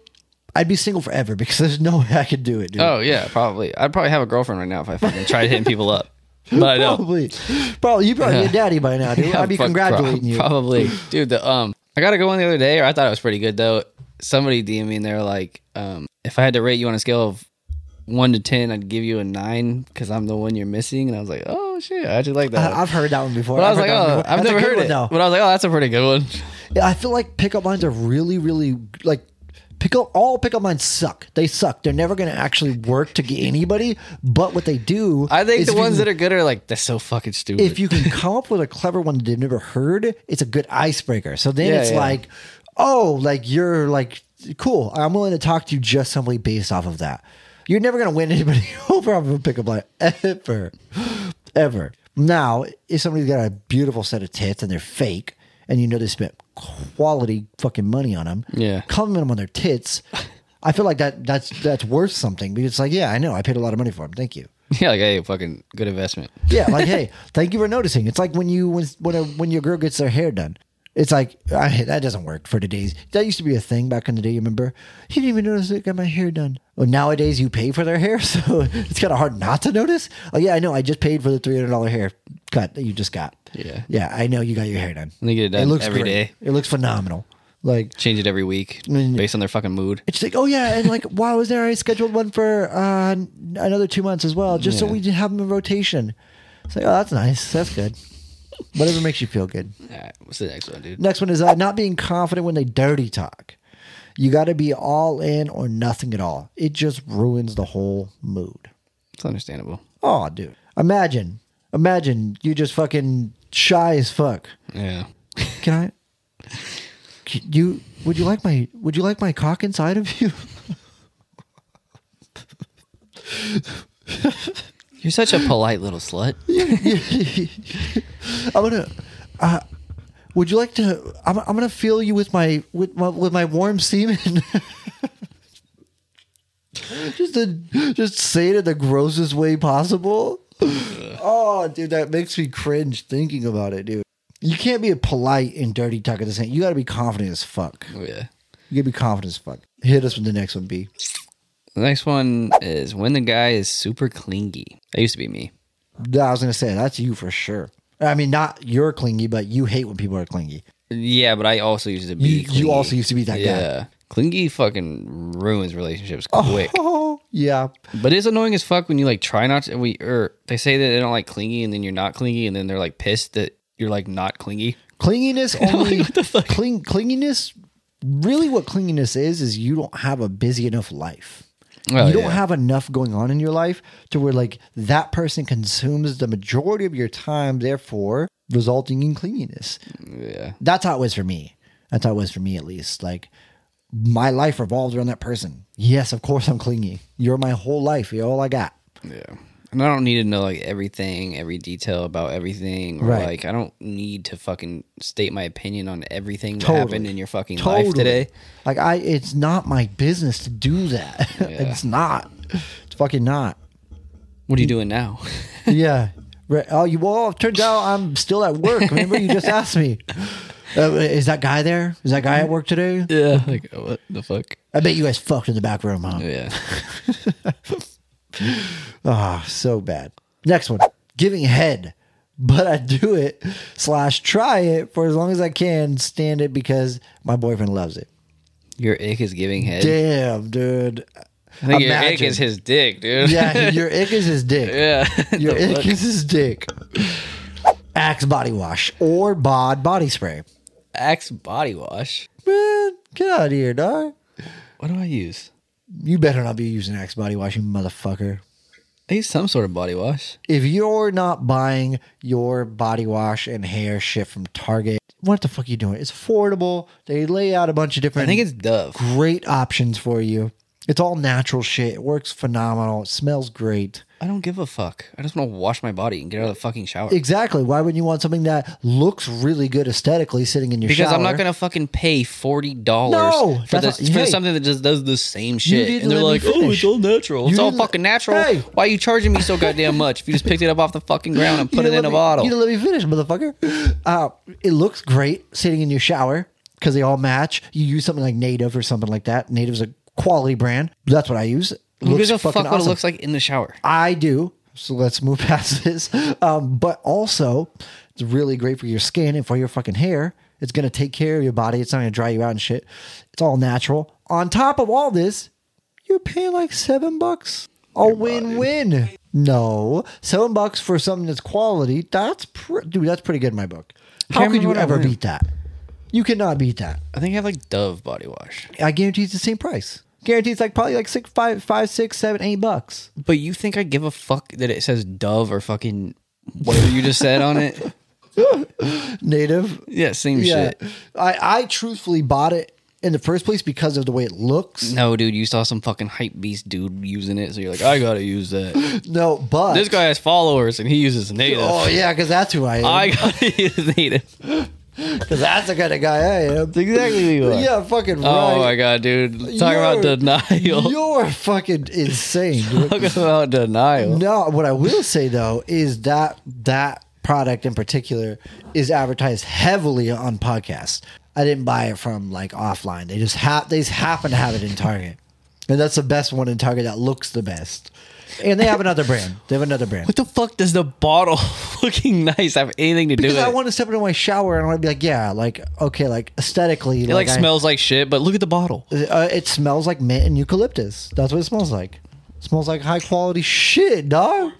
A: I'd be single forever because there's no way I could do it, dude.
B: Oh yeah, probably. I'd probably have a girlfriend right now if I fucking tried hitting people up. But I don't.
A: probably, probably you probably be a daddy by now, dude.
B: Yeah,
A: I'd be
B: fuck,
A: congratulating
B: prob-
A: you.
B: Probably, dude. The um, I got to go on the other day, or I thought it was pretty good though. Somebody DM me and they're like, um, if I had to rate you on a scale of one to ten, I'd give you a nine because I'm the one you're missing. And I was like, oh shit, I actually like that.
A: I- I've heard that one before.
B: but I was
A: I've
B: like,
A: heard that one
B: oh,
A: before.
B: I've
A: That's a
B: never
A: good
B: heard
A: one,
B: it.
A: though.
B: But I was like, oh, that's a pretty good one.
A: Yeah, I feel like pickup lines are really, really like pickup. All pickup lines suck. They suck. They're never going to actually work to get anybody. But what they do,
B: I think
A: is
B: the
A: if you
B: ones
A: can-
B: that are good are like that's so fucking stupid.
A: if you can come up with a clever one that they've never heard, it's a good icebreaker. So then
B: Yeah,
A: it's
B: yeah.
A: like, oh, like you're like cool. I'm willing to talk to you just simply based off of that. You're never gonna win anybody over off of a pickup line ever, ever. Now, if somebody's got a beautiful set of tits and they're fake, and you know they spent quality fucking money on them,
B: Yeah.
A: compliment them on their tits. I feel like that that's that's worth something because it's like, yeah, I know, I paid a lot of money for them. Thank you.
B: yeah, like hey, fucking good investment.
A: Yeah, like hey, thank you for noticing. It's like when you when when, a, when your girl gets their hair done. It's like I, that doesn't work for today's. That used to be a thing back in the day. You remember? You didn't even notice I got my hair done. Well, nowadays you pay for their hair, so it's kind of hard not to notice. Oh yeah, I know. I just paid for the three hundred dollar hair cut that you just got.
B: Yeah.
A: yeah. I know you got your hair done.
B: They get it done every
A: great.
B: day.
A: It looks phenomenal. Like
B: Change it every week
A: Mm-hmm.
B: based on their fucking mood.
A: it's like, oh yeah, and like while I was there, I scheduled one for uh, n- another two months as well, just so
B: Yeah.
A: we did have them in rotation. It's like, oh, that's nice, that's good. Whatever makes you feel good.
B: All right, what's the next one, dude?
A: Next one is uh, not being confident when they dirty talk. You got to be all in or nothing at all. It just ruins the whole mood.
B: It's understandable.
A: Oh, dude, imagine, imagine you just fucking shy as fuck.
B: Yeah.
A: Can I? Can you would you like my would you like my cock inside of you?
B: You're such a polite little slut.
A: I'm gonna. Uh, would you like to? I'm, I'm gonna fill you with my with my with my warm semen. just to, just say it in the grossest way possible. Oh, dude, that makes me cringe thinking about it, dude. You can't be a polite and dirty talk at the same. You got to be confident as fuck.
B: Oh, Yeah.
A: You got to be confident as fuck. Hit us with the next one, B.
B: The next one is when the guy is super clingy. That used to be me.
A: No, I was gonna say that's you for sure. I mean, not you're clingy, but you hate when people are clingy.
B: Yeah, but I also used to be.
A: You- you
B: clingy.
A: also used to be that guy.
B: Yeah. Clingy fucking ruins relationships quick.
A: Oh, yeah.
B: But it's annoying as fuck when you like try not to. We or they say that they don't like clingy, and then you're not clingy, and then they're like pissed that you're like not clingy.
A: Clinginess only cling, clinginess really what clinginess is is you don't have a busy enough life.
B: Well,
A: you don't
B: yeah.
A: have enough going on in your life to where like that person consumes the majority of your time, therefore resulting in clinginess.
B: Yeah.
A: That's how it was for me. That's how it was for me at least. Like my life revolved around that person. Yes, of course I'm clingy. You're my whole life. You're all I got.
B: Yeah. And I don't need to know like everything, every detail about everything. Or,
A: Right.
B: Like I don't need to fucking state my opinion on everything
A: Totally.
B: that happened in your fucking life
A: Totally.
B: today.
A: Like I it's not my business to do that. it's not. It's fucking not.
B: What are you doing now?
A: Yeah. Right. Oh, you well. it Turns out I'm still at work. Remember, you just asked me. Uh, is that guy there? Is that guy at work today?
B: yeah. Like what the fuck?
A: I bet you guys fucked in the back room, huh?
B: Yeah.
A: Ah, so bad. Next one, giving head, but I do it slash try it for as long as I can. Stand it because my boyfriend loves it.
B: Your ick is giving head.
A: Damn, dude.
B: I think your ick is his dick, dude.
A: Yeah, your ick is his dick.
B: yeah.
A: Your
B: The
A: ick
B: fuck?
A: is his dick. Axe body wash or bod body spray.
B: Axe body wash.
A: Man, get out of here, dog.
B: What do I use?
A: You better not be using Axe body wash, you motherfucker.
B: I use some sort of body wash.
A: If you're not buying your body wash and hair shit from Target, what the fuck are you doing? It's affordable. They lay out a bunch of
B: I
A: different
B: think it's Dove.
A: great options for you. It's all natural shit. It works phenomenal. It smells great.
B: I don't give a fuck. I just want to wash my body and get out of the fucking shower.
A: Exactly. Why wouldn't you want something that looks really good aesthetically sitting in your
B: because
A: shower?
B: I'm not gonna fucking pay forty dollars
A: No,
B: for,
A: that's
B: this,
A: not-
B: for
A: hey.
B: something that just does the same shit.
A: didn't
B: And they're
A: let me
B: like, "Oh,
A: finish.
B: it's all natural.
A: You
B: it's all
A: didn't let-
B: fucking natural.
A: Hey.
B: Why are you charging me so goddamn much? If you just picked it up off the fucking ground and put
A: You
B: it
A: didn't
B: in a
A: let me-
B: bottle,
A: You didn't let me finish, motherfucker. Uh, it looks great sitting in your shower because they all match. You use something like Native or something like that. Native's a quality brand. That's what I use. It
B: who gives a fuck
A: fucking
B: what it
A: awesome.
B: looks like in the shower?
A: I do. So let's move past this. Um, but also, it's really great for your skin and for your fucking hair. It's going to take care of your body. It's not going to dry you out and shit. It's all natural. On top of all this, you're paying like seven bucks. A win win. No, seven bucks for something that's quality. That's pr- dude. That's pretty good in my book. How
B: Can't
A: could you
B: remember what I
A: ever
B: went.
A: beat that? You cannot beat that.
B: I think I have like Dove body wash.
A: I guarantee it's the same price. Guarantee it's like probably like six, five, five, six, seven, eight bucks.
B: But you think I give a fuck that it says Dove or fucking whatever you just said on it?
A: Native
B: Yeah, same shit.
A: I, I truthfully bought it in the first place because of the way it looks.
B: No, dude, you saw some fucking hype beast dude using it, so you're like, I gotta use that.
A: No, but
B: this guy has followers and he uses native.
A: Oh yeah, because that's who I am.
B: I gotta use native.
A: Because that's the kind of guy I am.
B: exactly who you are.
A: Yeah, fucking right.
B: Oh my god, dude. Talk about
A: You're-
B: denial.
A: You're fucking insane. dude.
B: Talk about denial.
A: no, what I will say though is that that product in particular is advertised heavily on podcasts. I didn't buy it from like offline. They just have they just happen to have it in Target. And that's the best one in Target that looks the best. And they have another brand. They have another brand.
B: What the fuck does the bottle looking nice have anything to do
A: Because
B: with
A: I
B: it?
A: want to step into my shower and I want to be like, yeah, like okay, like aesthetically,
B: it like
A: I-
B: smells like shit, but look at the bottle.
A: uh, it smells like mint and eucalyptus. That's what it smells like. It smells like high quality shit, dog.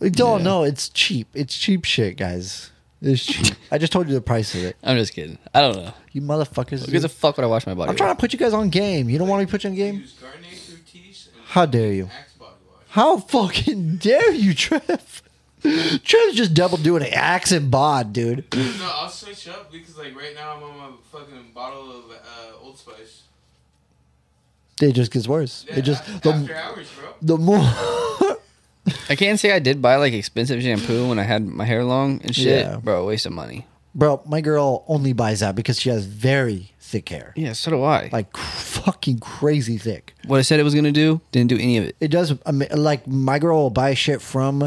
A: I don't know. It's cheap. It's cheap shit, guys. It's cheap. I just told you the price of it.
B: I'm just kidding. I don't know.
A: You motherfuckers.
B: Who gives a fuck when I wash my body?
A: I'm trying to put you guys on game. You don't want me to put you on game?
C: Use Garnier Fructis and
A: How dare you?
C: Axe body wash.
A: How fucking dare you, Trev? Trev's just double doing an axe and bod, dude.
C: No, I'll switch up because like right now I'm on my fucking bottle of uh, Old Spice.
A: It just gets worse.
C: Yeah,
A: It just
C: a- after
A: the,
C: hours, bro.
A: the more.
B: I can say I did buy like expensive shampoo when I had my hair long and shit.
A: Yeah.
B: Bro, waste of money.
A: Bro, my girl only buys that because she has very thick hair.
B: Yeah, so do I.
A: Like cr- fucking crazy thick.
B: what I said it was gonna do, didn't do any of it.
A: It does I mean, like my girl will buy shit from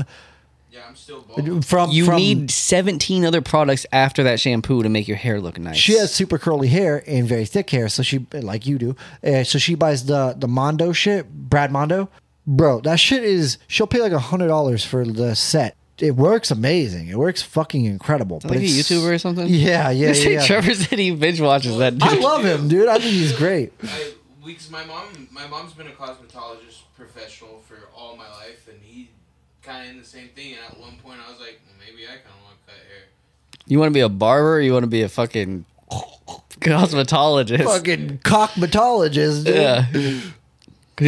C: Yeah, I'm still bald.
A: from
B: You
A: from,
B: need 17 other products after that shampoo to make your hair look nice.
A: she has super curly hair and very thick hair, so she like you do. Uh, so she buys the the Mondo shit, Brad Mondo. Bro, that shit is she'll pay like a hundred dollars for the set. It works amazing. It works fucking incredible.
B: like a
A: it's-
B: YouTuber or something.
A: Yeah, yeah,
B: They say
A: yeah. yeah.
B: Trevor said he binge watches that. Dude.
A: I love him, dude. I think he's great.
C: I, because my mom, my mom's been a cosmetologist professional for all my life, and he kind of in the same thing. And at one point, I was like, well, maybe I kind of want to cut hair.
B: You want to be a barber? Or you want to be a fucking cosmetologist?
A: Fucking cockmatologist, dude.
B: Yeah. 'Cause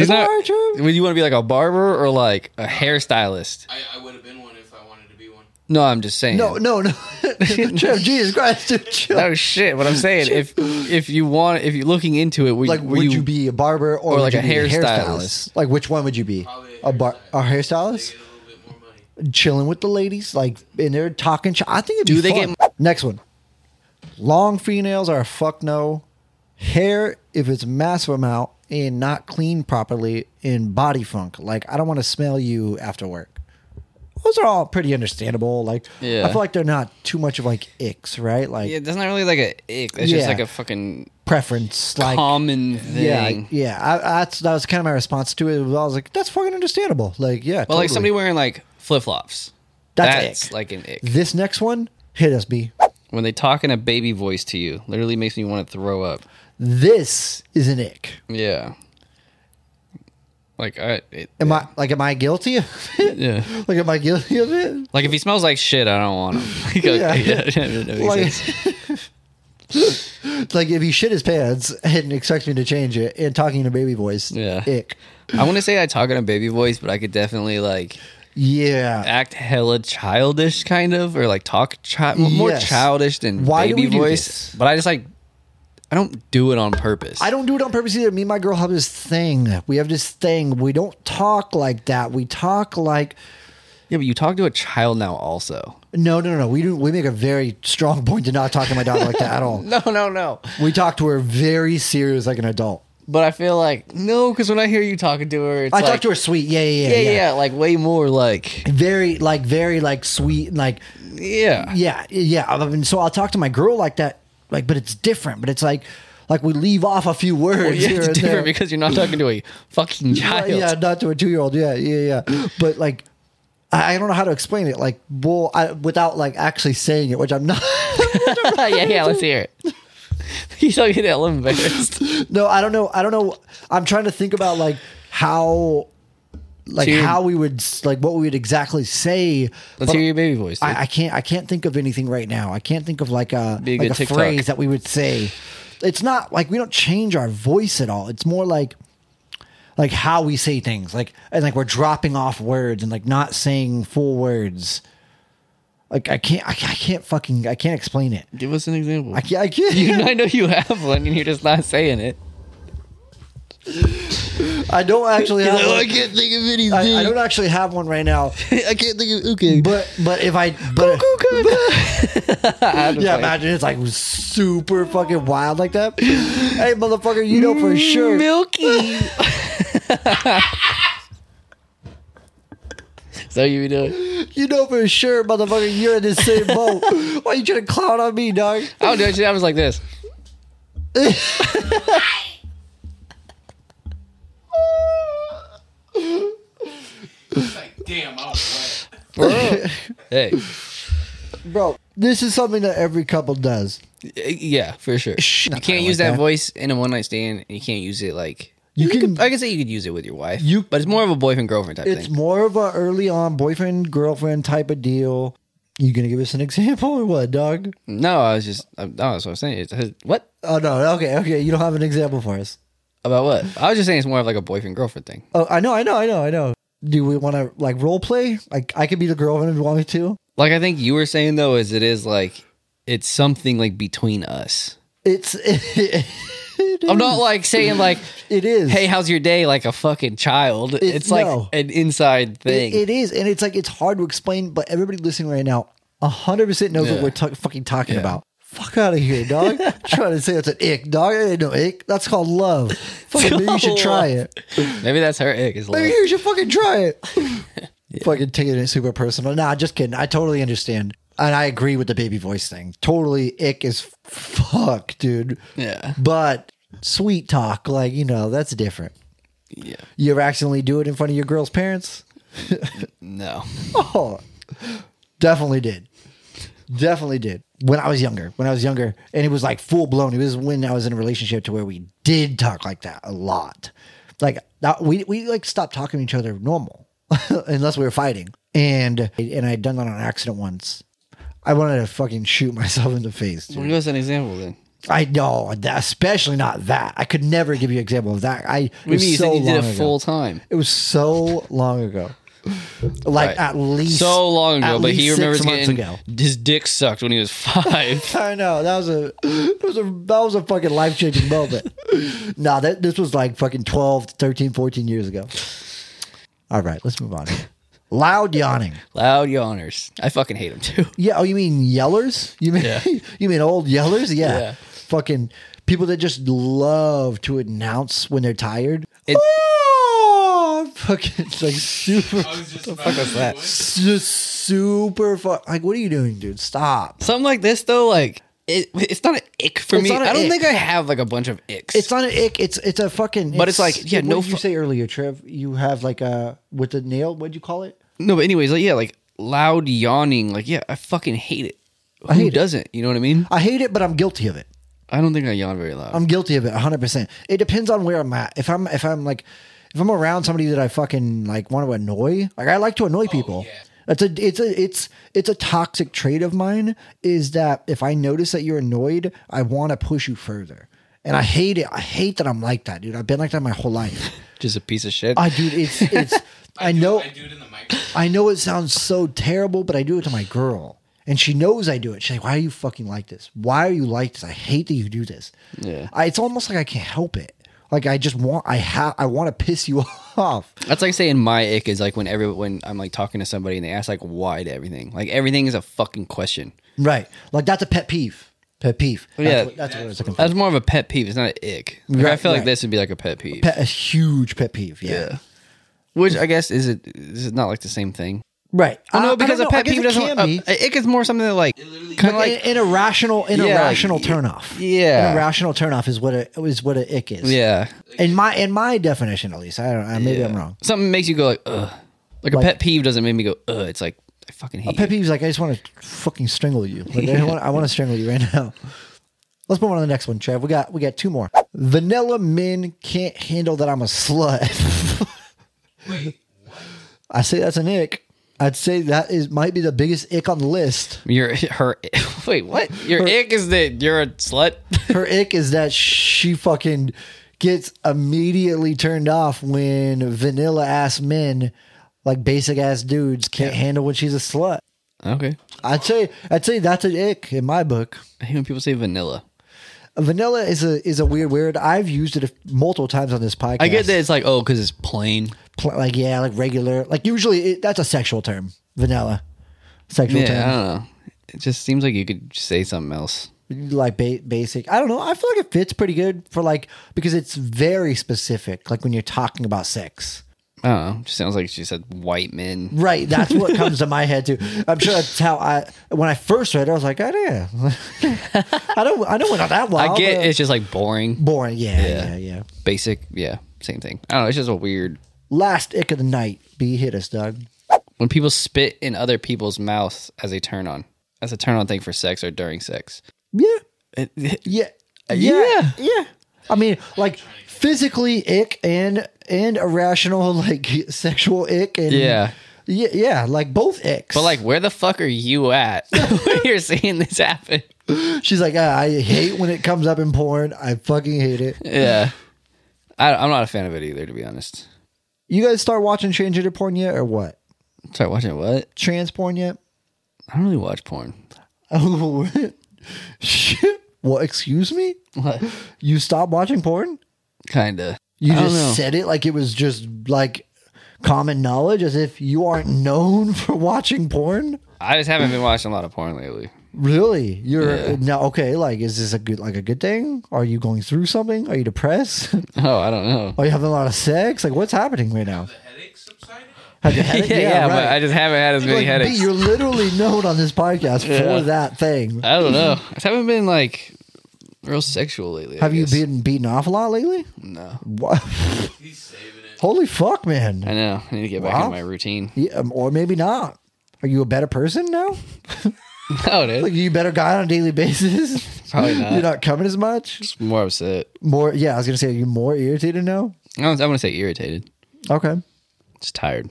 A: Is
B: he's
A: that
B: not.
A: right, Trevor?
B: Would you want to be like a barber or like a hairstylist?
C: I, I would have been one if I wanted to be one.
B: No, I'm just saying.
A: No, no, no. Trev, Jesus Christ, dude, chill.
B: No shit. What I'm saying, if if you want, if you're looking into it, were,
A: like,
B: were
A: would you, be a barber or,
B: or
A: would
B: like
A: you
B: a
A: be
B: hairstylist?
A: Like, which one would you be?
C: Probably
A: A, bar, a
C: They
A: hairstylist,
C: get a little bit more money.
A: chilling with the ladies, like, and they're talking. Sh- I think it'd
B: Do
A: be
B: they
A: fun. next one? Long fingernails are a fuck no. Hair, if it's massive amount and not cleaned properly, in body funk. Like, I don't want to smell you after work. Those are all pretty understandable. Like,
B: Yeah.
A: I feel like they're not too much of like icks, right? Like
B: Yeah, that's not really like a ick. That's
A: Yeah.
B: just like a fucking
A: preference, like
B: common thing.
A: Yeah, yeah. I, that's that was kind of my response to it. I was like, that's fucking understandable. Like, yeah.
B: Well, like
A: totally.
B: somebody wearing like flip flops.
A: That's ick.
B: like an ick.
A: This next one hit us, B.
B: When they talk in a baby voice to you, literally makes me want to throw up.
A: This is an ick.
B: Yeah. Like, I, it,
A: Am I like am I guilty of it?
B: yeah.
A: Like am I guilty of it?
B: Like if he smells like shit, I don't want him. Like,
A: Yeah.
B: okay, yeah, yeah, that makes
A: Like,
B: sense.
A: like if he shit his pants and expects me to change it and talking in a baby voice.
B: Yeah.
A: Ick.
B: I want to say I talk in a baby voice, but I could definitely like
A: Yeah.
B: act hella childish, kind of, or like talk chi- more
A: Yes.
B: childish than
A: Why do
B: baby
A: we do
B: voice.
A: this?
B: But I just like I don't do it on purpose.
A: I don't do it on purpose either. Me and my girl have this thing. We have this thing. We don't talk like that. We talk like
B: yeah, but you talk to a child now, also.
A: no, no, no, no. We do. We make a very strong point to not talk to my dog like that at all.
B: No, no, no.
A: We talk to her very serious, like an adult.
B: But I feel like no, because when I hear you talking to her, it's
A: I
B: like,
A: talk to her sweet. Yeah, yeah, yeah,
B: Yeah, yeah, like way more like
A: Very like very like sweet and like
B: yeah.
A: yeah yeah. I mean, so I'll talk to my girl like that, like but it's different. But it's like like we leave off a few words.
B: Well, Oh, yeah,
A: here
B: it's
A: and
B: different
A: there.
B: because you're not talking to a fucking
A: Uh,
B: child.
A: yeah, not to a two year old. Yeah, yeah, yeah. But like, I I don't know how to explain it. Like, well, I, without like actually saying it, which I'm not.
B: yeah, yeah, let's hear it. He's talking a little embarrassed.
A: no, I don't know. I don't know. I'm trying to think about like how, like
B: So you're-
A: how we would s- like what we would exactly say.
B: Let's
A: But
B: hear your baby voice. dude.
A: I, I can't. I can't think of anything right now. I can't think of like a
B: Be a
A: like
B: good
A: a
B: TikTok.
A: phrase that we would say. It's not like we don't change our voice at all. It's more like like how we say things, like and like we're dropping off words and like not saying full words. Like I can't. I, ca- I can't fucking. I can't explain it.
B: Give us an example.
A: I can't. I can't.
B: You know, I know you have one, and you're just not saying it.
A: I don't actually have.
B: like, "Oh, I
A: One.
B: can't think of anything.
A: I, I don't actually have one right now.
B: I can't think of. Okay.
A: But but if I but
B: I was
A: yeah,
B: like,
A: imagine it's like super fucking wild like that. hey, motherfucker, you know for sure.
B: Milky. so you be doing?
A: You know for sure, motherfucker, you're in the same boat. Why you trying to clown on me, dog?
B: I was doing shit. I was like this.
C: It's like, damn, I was wet.
B: Hey,
A: Bro, this is something that every couple does.
B: yeah, for sure.
A: Shh,
B: you
A: not
B: can't
A: like
B: use that,
A: that.
B: voice in a one night stand. And you can't use it like
A: You
B: could-
A: can-
B: I can say you could use it with your wife.
A: You-
B: but it's more of a boyfriend girlfriend type
A: It's
B: thing.
A: more of a early on boyfriend, girlfriend type of deal. You gonna give us an example or what, dog?
B: No, I was just. I, no, that's what I'm saying. It's, what
A: Oh no, okay, okay. You don't have an example for us.
B: about what? I was just saying it's more of like a boyfriend girlfriend thing.
A: Oh, I know, I know, I know, I know. Do we want to like role play? Like I could be the girlfriend if you want me to.
B: Like I think you were saying though, is it is like it's something like between us.
A: It's it,
B: I'm not like saying like,
A: it is.
B: hey, how's your day? Like a fucking child. It's, like
A: no.
B: an inside thing.
A: It- it is, and it's like it's hard to explain, but everybody listening right now, hundred percent knows
B: Yeah.
A: what we're ta- fucking talking about. Fuck out of here, dog! trying to say that's an ick, dog. It ain't no ick. That's called love. Fucking maybe you should try it.
B: Maybe that's her ick. Is
A: Maybe
B: love.
A: you should fucking try it. Fucking taking it super personal. Nah, just kidding. I totally understand, and I agree with the baby voice thing. Totally ick as fuck, dude.
B: Yeah.
A: But sweet talk, like you know, that's different.
B: Yeah.
A: You ever accidentally do it in front of your girl's parents?
B: No.
A: Oh, definitely did. Definitely did. When I was younger, when I was younger, and it was like full blown. It was when I was in a relationship to where we did talk like that a lot. Like that, we we like stopped talking to each other normal, unless we were fighting. And and I had done that on accident once. I wanted to fucking shoot myself in the face. dude.
B: Well, give us an example then.
A: I know, that, especially not that. I could never give you an example of that. I it
B: Maybe
A: was
B: you
A: so
B: said you did
A: long
B: it
A: ago.
B: full time.
A: It was so long ago. Like
B: Right.
A: at least
B: So long ago,
A: at
B: but he
A: least
B: remembers
A: six months
B: getting
A: ago.
B: his dick sucked when he was five.
A: I know that was a that was a that was a fucking life changing moment. nah, that this was like fucking 12, 13, 14 years ago. All right, let's move on. Loud yawning.
B: Loud yawners. I fucking hate him too.
A: Yeah. Oh, you mean yellers? You mean
B: Yeah.
A: you mean old yellers? Yeah.
B: Yeah.
A: Fucking people that just love to announce when they're tired.
B: It-
A: oh, fucking it's like super,
C: I was just about to
B: was that?
C: What?
A: just super. Fu- like, what are you doing, dude? Stop.
B: Something like this though, like it, it's not an ick for
A: It's
B: me.
A: not an
B: I don't
A: ick.
B: think I have like a bunch of icks.
A: It's not an ick. It's it's a fucking.
B: But it's like, yeah,
A: what
B: no
A: Did you
B: fu-
A: say earlier, Trev? You have like a with the nail. What'd you call it?
B: No, but anyways, like yeah, like loud yawning, like yeah, I fucking hate it. Who
A: hate it.
B: doesn't? You know what I mean?
A: I hate it, but I'm guilty of it.
B: I don't think I yawn very loud.
A: I'm guilty of it 100%. It depends on where I'm at. If I'm if I'm like if I'm around somebody that I fucking like want to annoy, like I like to annoy people.
C: Oh, yeah.
A: It's a it's a it's it's a toxic trait of mine is that if I notice that you're annoyed, I want to push you further. And I hate it. I hate that I'm like that, dude. I've been like that my whole life.
B: Just a piece of shit.
A: I dude, it's it's I know
C: I do it in the microphone.
A: I know it sounds so terrible, but I do it to my girl. And she knows I do it. She's like, why are you fucking like this? Why are you like this? I hate that you do this.
B: Yeah.
A: I, it's almost like I can't help it. Like I just want I have I want to piss you off.
B: That's like saying my ick is like when every when I'm like talking to somebody and they ask like why to everything. Like everything is a fucking question.
A: Right. Like that's a pet peeve. Pet peeve. That's
B: Yeah.
A: what, that's what I was looking for.
B: That's more of a pet peeve. It's not an ick. Like, I
A: Right,
B: feel like
A: right.
B: this would be like a pet peeve.
A: Pet, a huge pet peeve. Yeah.
B: yeah. Which I guess is it is it not like the same thing?
A: Right.
B: Well,
A: Uh, I- I
B: no, because
A: don't
B: a
A: know. I
B: pet
A: guess
B: peeve
A: it
B: doesn't.
A: can
B: a-
A: be.
B: a ick is more something that like kind of
A: Like,
B: like
A: an irrational, an
B: Yeah,
A: irrational
B: like,
A: turnoff.
B: yeah.
A: An irrational turnoff is what a is what a ick is.
B: yeah.
A: In my in my definition, at least. I don't. I- Maybe
B: yeah.
A: I'm wrong.
B: Something makes you go like ugh. Like, a
A: Like-
B: pet peeve doesn't make me go ugh. It's like I fucking hate.
A: A pet peeve is like I just want to fucking strangle you. Like, I want I want to strangle you right now. Let's move on to the next one, Trev. We got we got two more. Vanilla men can't handle that I'm a slut.
C: Wait,
A: I say that's an ick. I'd say that is might be the biggest ick on the list.
B: you. Your her. Wait, what? Your ick is that you're a slut.
A: Her ick is that she fucking gets immediately turned off when vanilla ass men, like basic ass dudes, can't handle when she's a slut.
B: okay.
A: I'd say I'd say that's an ick in my book.
B: I hate when people say vanilla.
A: Vanilla is a is a weird word. I've used it a- multiple times on this podcast.
B: I get that it's like oh because it's plain.
A: Pl- like yeah, like regular. Like usually it, that's a sexual term. Vanilla, sexual
B: Yeah, I
A: term.
B: don't know. It just seems like you could say something else.
A: Like ba- basic. I don't know. I feel like it fits pretty good for like because it's very specific. Like when you're talking about sex.
B: I don't know. It just sounds like she said white men.
A: Right, that's what comes to my head too. I'm sure that's how I when I first read it, I was like, oh yeah, I don't, I don't went on that wild.
B: I get
A: but-
B: it's just like boring,
A: boring. Yeah, yeah,
B: Yeah.
A: yeah,
B: basic. Yeah, same thing. I don't know. It's just a weird
A: Last ick of the night. B hit us, Doug.
B: when people spit in other people's mouths as a turn on, as a turn on thing for sex or during sex.
A: Yeah,
B: It-
A: yeah,
B: yeah.
A: yeah, yeah. I mean, like physically ick and and irrational like sexual ick and
B: Yeah.
A: yeah, yeah, like both icks.
B: but like, where the fuck are you at when you're seeing this happen?
A: she's like, ah, I hate when it comes up in porn. I fucking hate it.
B: Yeah, I, I'm not a fan of it either, to be honest.
A: You guys start watching transgender porn yet, or what?
B: Sorry, watching what?
A: Trans porn yet?
B: I don't really watch porn.
A: Oh, what? Shit. What? Excuse me?
B: What?
A: You stopped watching porn?
B: Kinda.
A: You
B: I don't
A: just
B: know.
A: said it like it was just like common knowledge, as if you aren't known for watching porn.
B: I just haven't been watching a lot of porn lately.
A: Really? You're
B: Yeah.
A: now okay? Like, is this a good like a good thing? Are you going through something? Are you depressed?
B: Oh, I don't know.
A: Are you having a lot of sex? Like, what's happening right now?
C: the headache subsided?
A: Have you had it?
B: yeah, yeah, but I just haven't had as many
A: Like, B,
B: headaches.
A: you're literally known on this podcast
B: Yeah.
A: for that thing.
B: I don't know. I haven't been like real sexual lately. I
A: Have you
B: guess.
A: been beaten off a lot lately?
B: No.
A: What?
C: He's saving it.
A: Holy fuck, man!
B: I know. I need to get back
A: Wow.
B: in my routine.
A: Yeah, um, or maybe not. Are you a better person now?
B: No, dude.
A: Like, are you a better guy on a daily basis?
B: Probably not.
A: You're not coming as much.
B: Just more upset.
A: More, yeah. I was gonna say, are you more irritated now?
B: I don't- I want to say irritated.
A: Okay.
B: Just tired.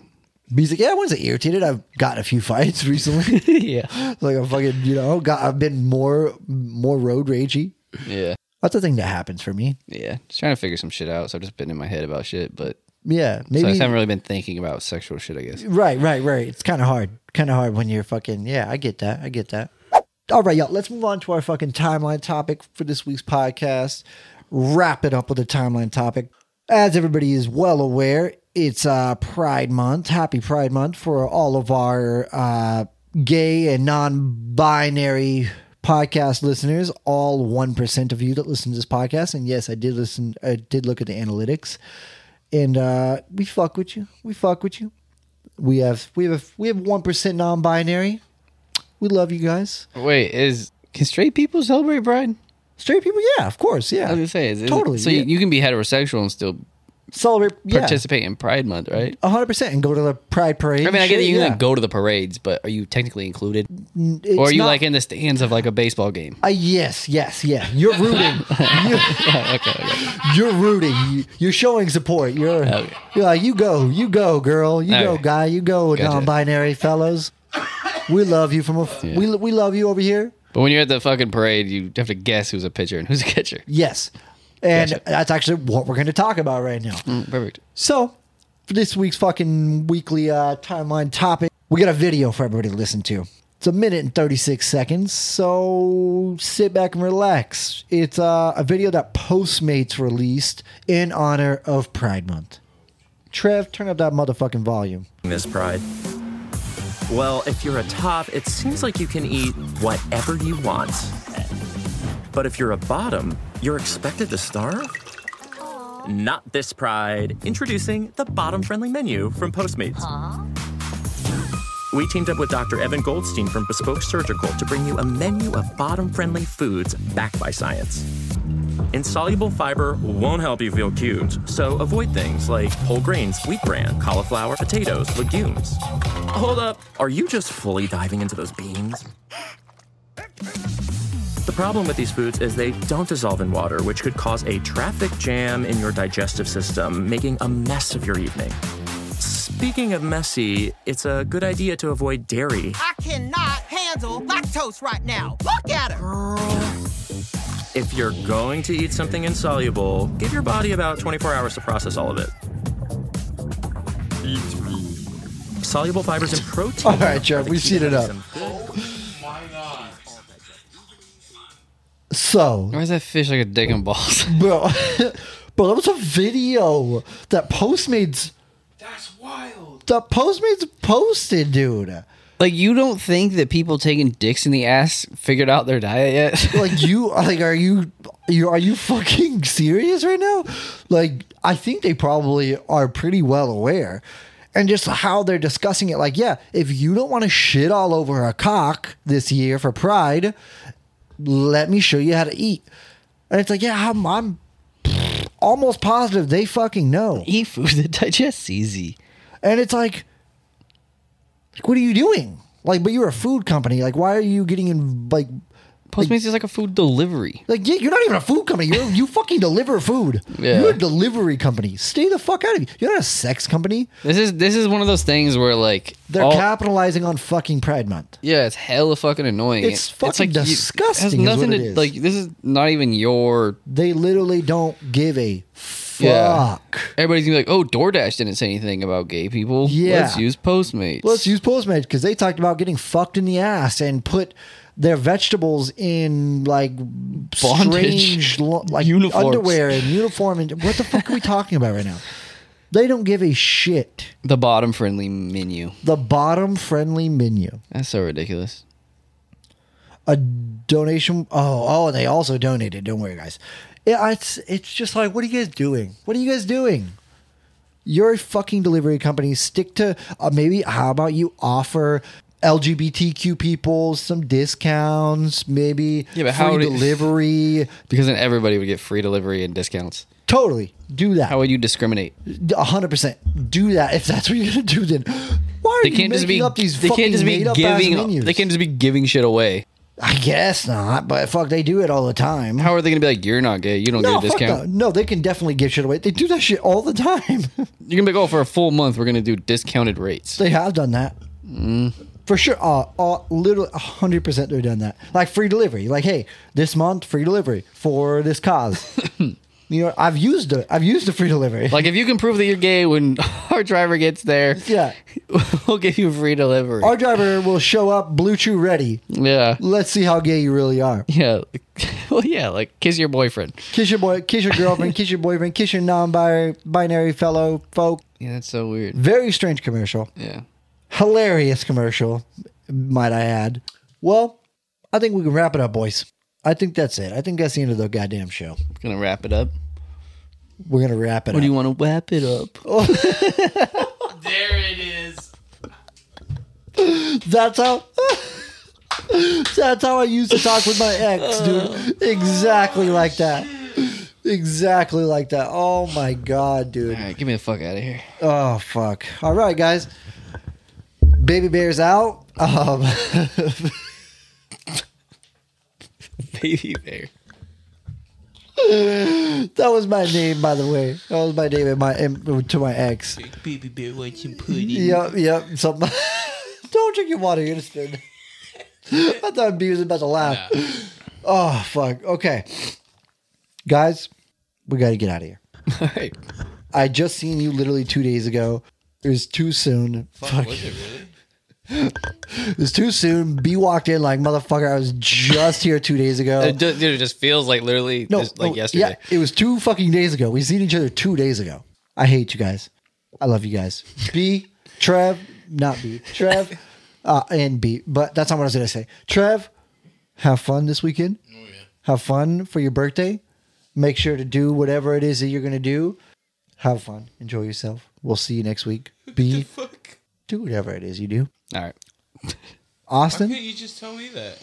A: B's like, yeah, I wasn't irritated. I've gotten a few fights recently.
B: yeah.
A: like I'm fucking, you know, got, I've been more, more road ragey.
B: Yeah.
A: That's a thing that happens for me.
B: Yeah. Just trying to figure some shit out. So I've just been in my head about shit, but
A: Yeah,
B: so I
A: maybe.
B: just haven't really been thinking about sexual shit, I guess.
A: right, right, right. It's kind of hard. Kind of hard when you're fucking. Yeah, I get that. I get that. All right, y'all. Let's move on to our fucking timeline topic for this week's podcast. Wrap it up with a timeline topic. As everybody is well aware, it's uh, Pride Month. Happy Pride Month for all of our uh, gay and non-binary podcast listeners. All one percent of you that listen to this podcast, and yes, I did listen. I did look at the analytics, and uh, we fuck with you. We fuck with you. We have we have we have one percent non-binary. We love you guys.
B: Wait, is can straight people celebrate pride?
A: Straight people, yeah, of course, yeah.
B: I was gonna say, is, is
A: totally.
B: so you,
A: yeah.
B: you can be heterosexual and still
A: celebrate, yeah,
B: participate in Pride Month, right?
A: hundred percent, and go to the pride parade.
B: I mean, I get
A: get
B: that you
A: yeah.
B: can like, go to the parades, but are you technically included,
A: It's
B: or are you
A: not-
B: like in the stands of like a baseball game?
A: Uh, yes, yes, yeah. You're rooting. You're, you're rooting. You, you're showing support. You're,
B: Okay.
A: you're like, you go, you go, girl, you go,
B: Okay.
A: guy, you go,
B: Gotcha.
A: non-binary fellows. We love you from a.
B: Yeah.
A: We we love you over here.
B: But when you're at the fucking parade, you have to guess who's a pitcher and who's a catcher.
A: Yes, and
B: Gotcha.
A: that's actually what we're going to talk about right now.
B: Perfect.
A: So, for this week's fucking weekly uh, timeline topic, we got a video for everybody to listen to. It's a minute and 36 seconds, so sit back and relax. It's uh, a video that Postmates released in honor of Pride Month. Trev, turn up that motherfucking volume.
F: Miss Pride. Well, if you're a top, it seems like you can eat whatever you want. But if you're a bottom, you're expected to starve? Not this Pride. Introducing the bottom friendly menu from Postmates. We teamed up with Dr. Evan Goldstein from Bespoke Surgical to bring you a menu of bottom friendly foods backed by science. Insoluble fiber won't help you feel cute, so avoid things like whole grains, wheat bran, cauliflower, potatoes, legumes. Hold up, are you just fully diving into those beans? The problem with these foods is they don't dissolve in water, which could cause a traffic jam in your digestive system, making a mess of your evening. Speaking of messy, it's a good idea to avoid dairy
G: I cannot handle lactose right now. Look at her.
F: If you're going to eat something insoluble, give your body about 24 hours to process all of it. Eat me. Soluble fibers and protein.
A: All right, Jeff,
F: are the
A: we've
F: key
A: seen
F: to
A: it
F: having
A: up.
F: some good-
C: My God.
A: So,
B: Why is that fish like a dick and balls?
A: bro, bro, that was a video that Postmates
C: That's wild.
A: that Postmates posted, dude.
B: like you don't think that people taking dicks in the ass figured out their diet yet?
A: like you like are you you are you fucking serious right now like i think they probably are pretty well aware and just how they're discussing it like yeah if you don't want to shit all over a cock this year for pride let me show you how to eat and it's like yeah i'm, I'm almost positive they fucking know
B: Eat food that digests easy.
A: and it's like, like what are you doing like but you're a food company like why are you getting in like
B: Postmates is like a food delivery.
A: Like, yeah, you're not even a food company. You're, you fucking deliver food.
B: Yeah.
A: You're a delivery company. Stay the fuck out of here. You're not a sex company.
B: This is this is one of those things where like
A: They're
B: all-
A: capitalizing on fucking Pride Month.
B: Yeah, it's hella fucking annoying.
A: It's fucking
B: you- it
A: disgusting is
B: nothing
A: what it
B: to
A: is.
B: like. This is not even your.
A: They literally don't give a fuck.
B: Yeah. Everybody's gonna be like, "Oh, DoorDash didn't say anything about gay people.
A: Yeah.
B: let's use Postmates.
A: Let's use Postmates because they talked about getting fucked in the ass and put their vegetables in like
B: Bondage.
A: strange lo- like
B: Uniforms.
A: underwear and uniform and what the fuck are we talking about right now? They don't give a shit.
B: the bottom friendly menu.
A: The bottom friendly menu.
B: That's so ridiculous.
A: a donation. Oh, oh, and they also donated. Don't worry, guys. It, it's it's just like, what are you guys doing? What are you guys doing? You're a fucking delivery company. Stick to uh, maybe. How about you offer LGBTQ people some discounts? Maybe
B: Yeah, but
A: free
B: how do-
A: delivery?
B: Because then everybody would get free delivery and discounts.
A: Totally do that.
B: How would you discriminate?
A: hundred percent do that if that's what you're gonna do. Then why are
B: They
A: you
B: can't
A: making
B: just be.
A: up these
B: They
A: fucking
B: can't just be
A: made up
B: giving.
A: menus?
B: They can't just be giving shit away.
A: I guess not, but fuck, they do it all the time.
B: How are they gonna be like, "You're not gay. You don't
A: No,
B: get a
A: fuck
B: discount.
A: no. No, they can definitely give shit away. They do that shit all the time.
B: You're gonna be like, "Oh, for a full month, we're gonna do discounted rates."
A: they have done that.
B: Mm.
A: For sure. Uh, uh, literally 100% they've done that. Like free delivery. Like, hey, this month, free delivery for this cause. you know, I've used it. I've used the free delivery.
B: Like if you can prove that you're gay when our driver gets there,
A: Yeah.
B: we'll give you free delivery.
A: Our driver will show up blue chew ready.
B: yeah,
A: Let's see how gay you really are.
B: yeah, well, yeah. Like kiss your boyfriend.
A: Kiss your boy, kiss your girlfriend, kiss your boyfriend, kiss your non-binary fellow folk.
B: Yeah, that's so weird.
A: Very strange commercial.
B: Yeah,
A: hilarious commercial, might I add. Well, I think we can wrap it up, boys. I think that's it. I think that's the end of the goddamn show.
B: gonna wrap it up.
A: We're gonna wrap it
B: Or
A: up.
B: do you want to wrap it up?
C: There it is.
A: that's how. that's how I used to talk with my ex, dude. Exactly like that. Exactly like that. Oh my god, dude.
B: All right, get me the fuck out of here.
A: Oh fuck. All right, guys. Baby bears out. Um,
B: Baby bear.
A: that was my name, by the way. That was my name and my and to my ex.
C: Baby bear wants some pudding.
A: Yep, yep. Something. Don't drink your water. You're gonna spin. I thought B was about to laugh. Oh fuck. Okay, guys, we got to get out of here.
B: All right.
A: I just seen you literally two days ago. It was too soon. Fuck.
C: Was it really?
A: It was too soon. B walked in like motherfucker. I was just here two days ago.
B: It ju- dude, it just feels like literally
A: No,
B: just like
A: no,
B: yesterday.
A: Yeah, it was two fucking days ago. We seen each other two days ago. I hate you guys. I love you guys. B, Trev, not B, Trev, uh, and B. But that's not what I was gonna say. Trev, have fun this weekend. Have fun for your birthday. Make sure to do whatever it is that you're gonna do. Have fun. Enjoy yourself. We'll see you next week. B,
C: Fuck.
A: do whatever it is you do.
B: All right.
C: Why
A: Austin,
C: can't you just tell me that?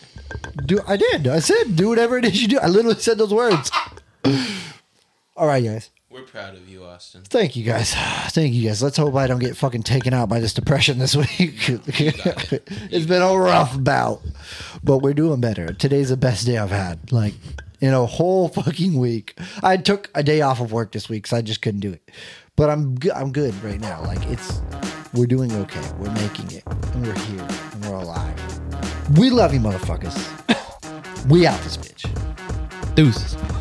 A: Do I did. I said do whatever it is you do. I literally said those words. All right, guys.
C: We're proud of you, Austin.
A: Thank you guys. Thank you guys. Let's hope I don't get fucking taken out by this depression this week. it's been a rough bout, but we're doing better. Today's the best day I've had, like in a whole fucking week. I took a day off of work this week because I just couldn't do it. But I'm go- I'm good right now. Like it's we're doing okay. We're making it. And we're here. And we're alive. We love you, motherfuckers. we out this bitch.
B: Deuces.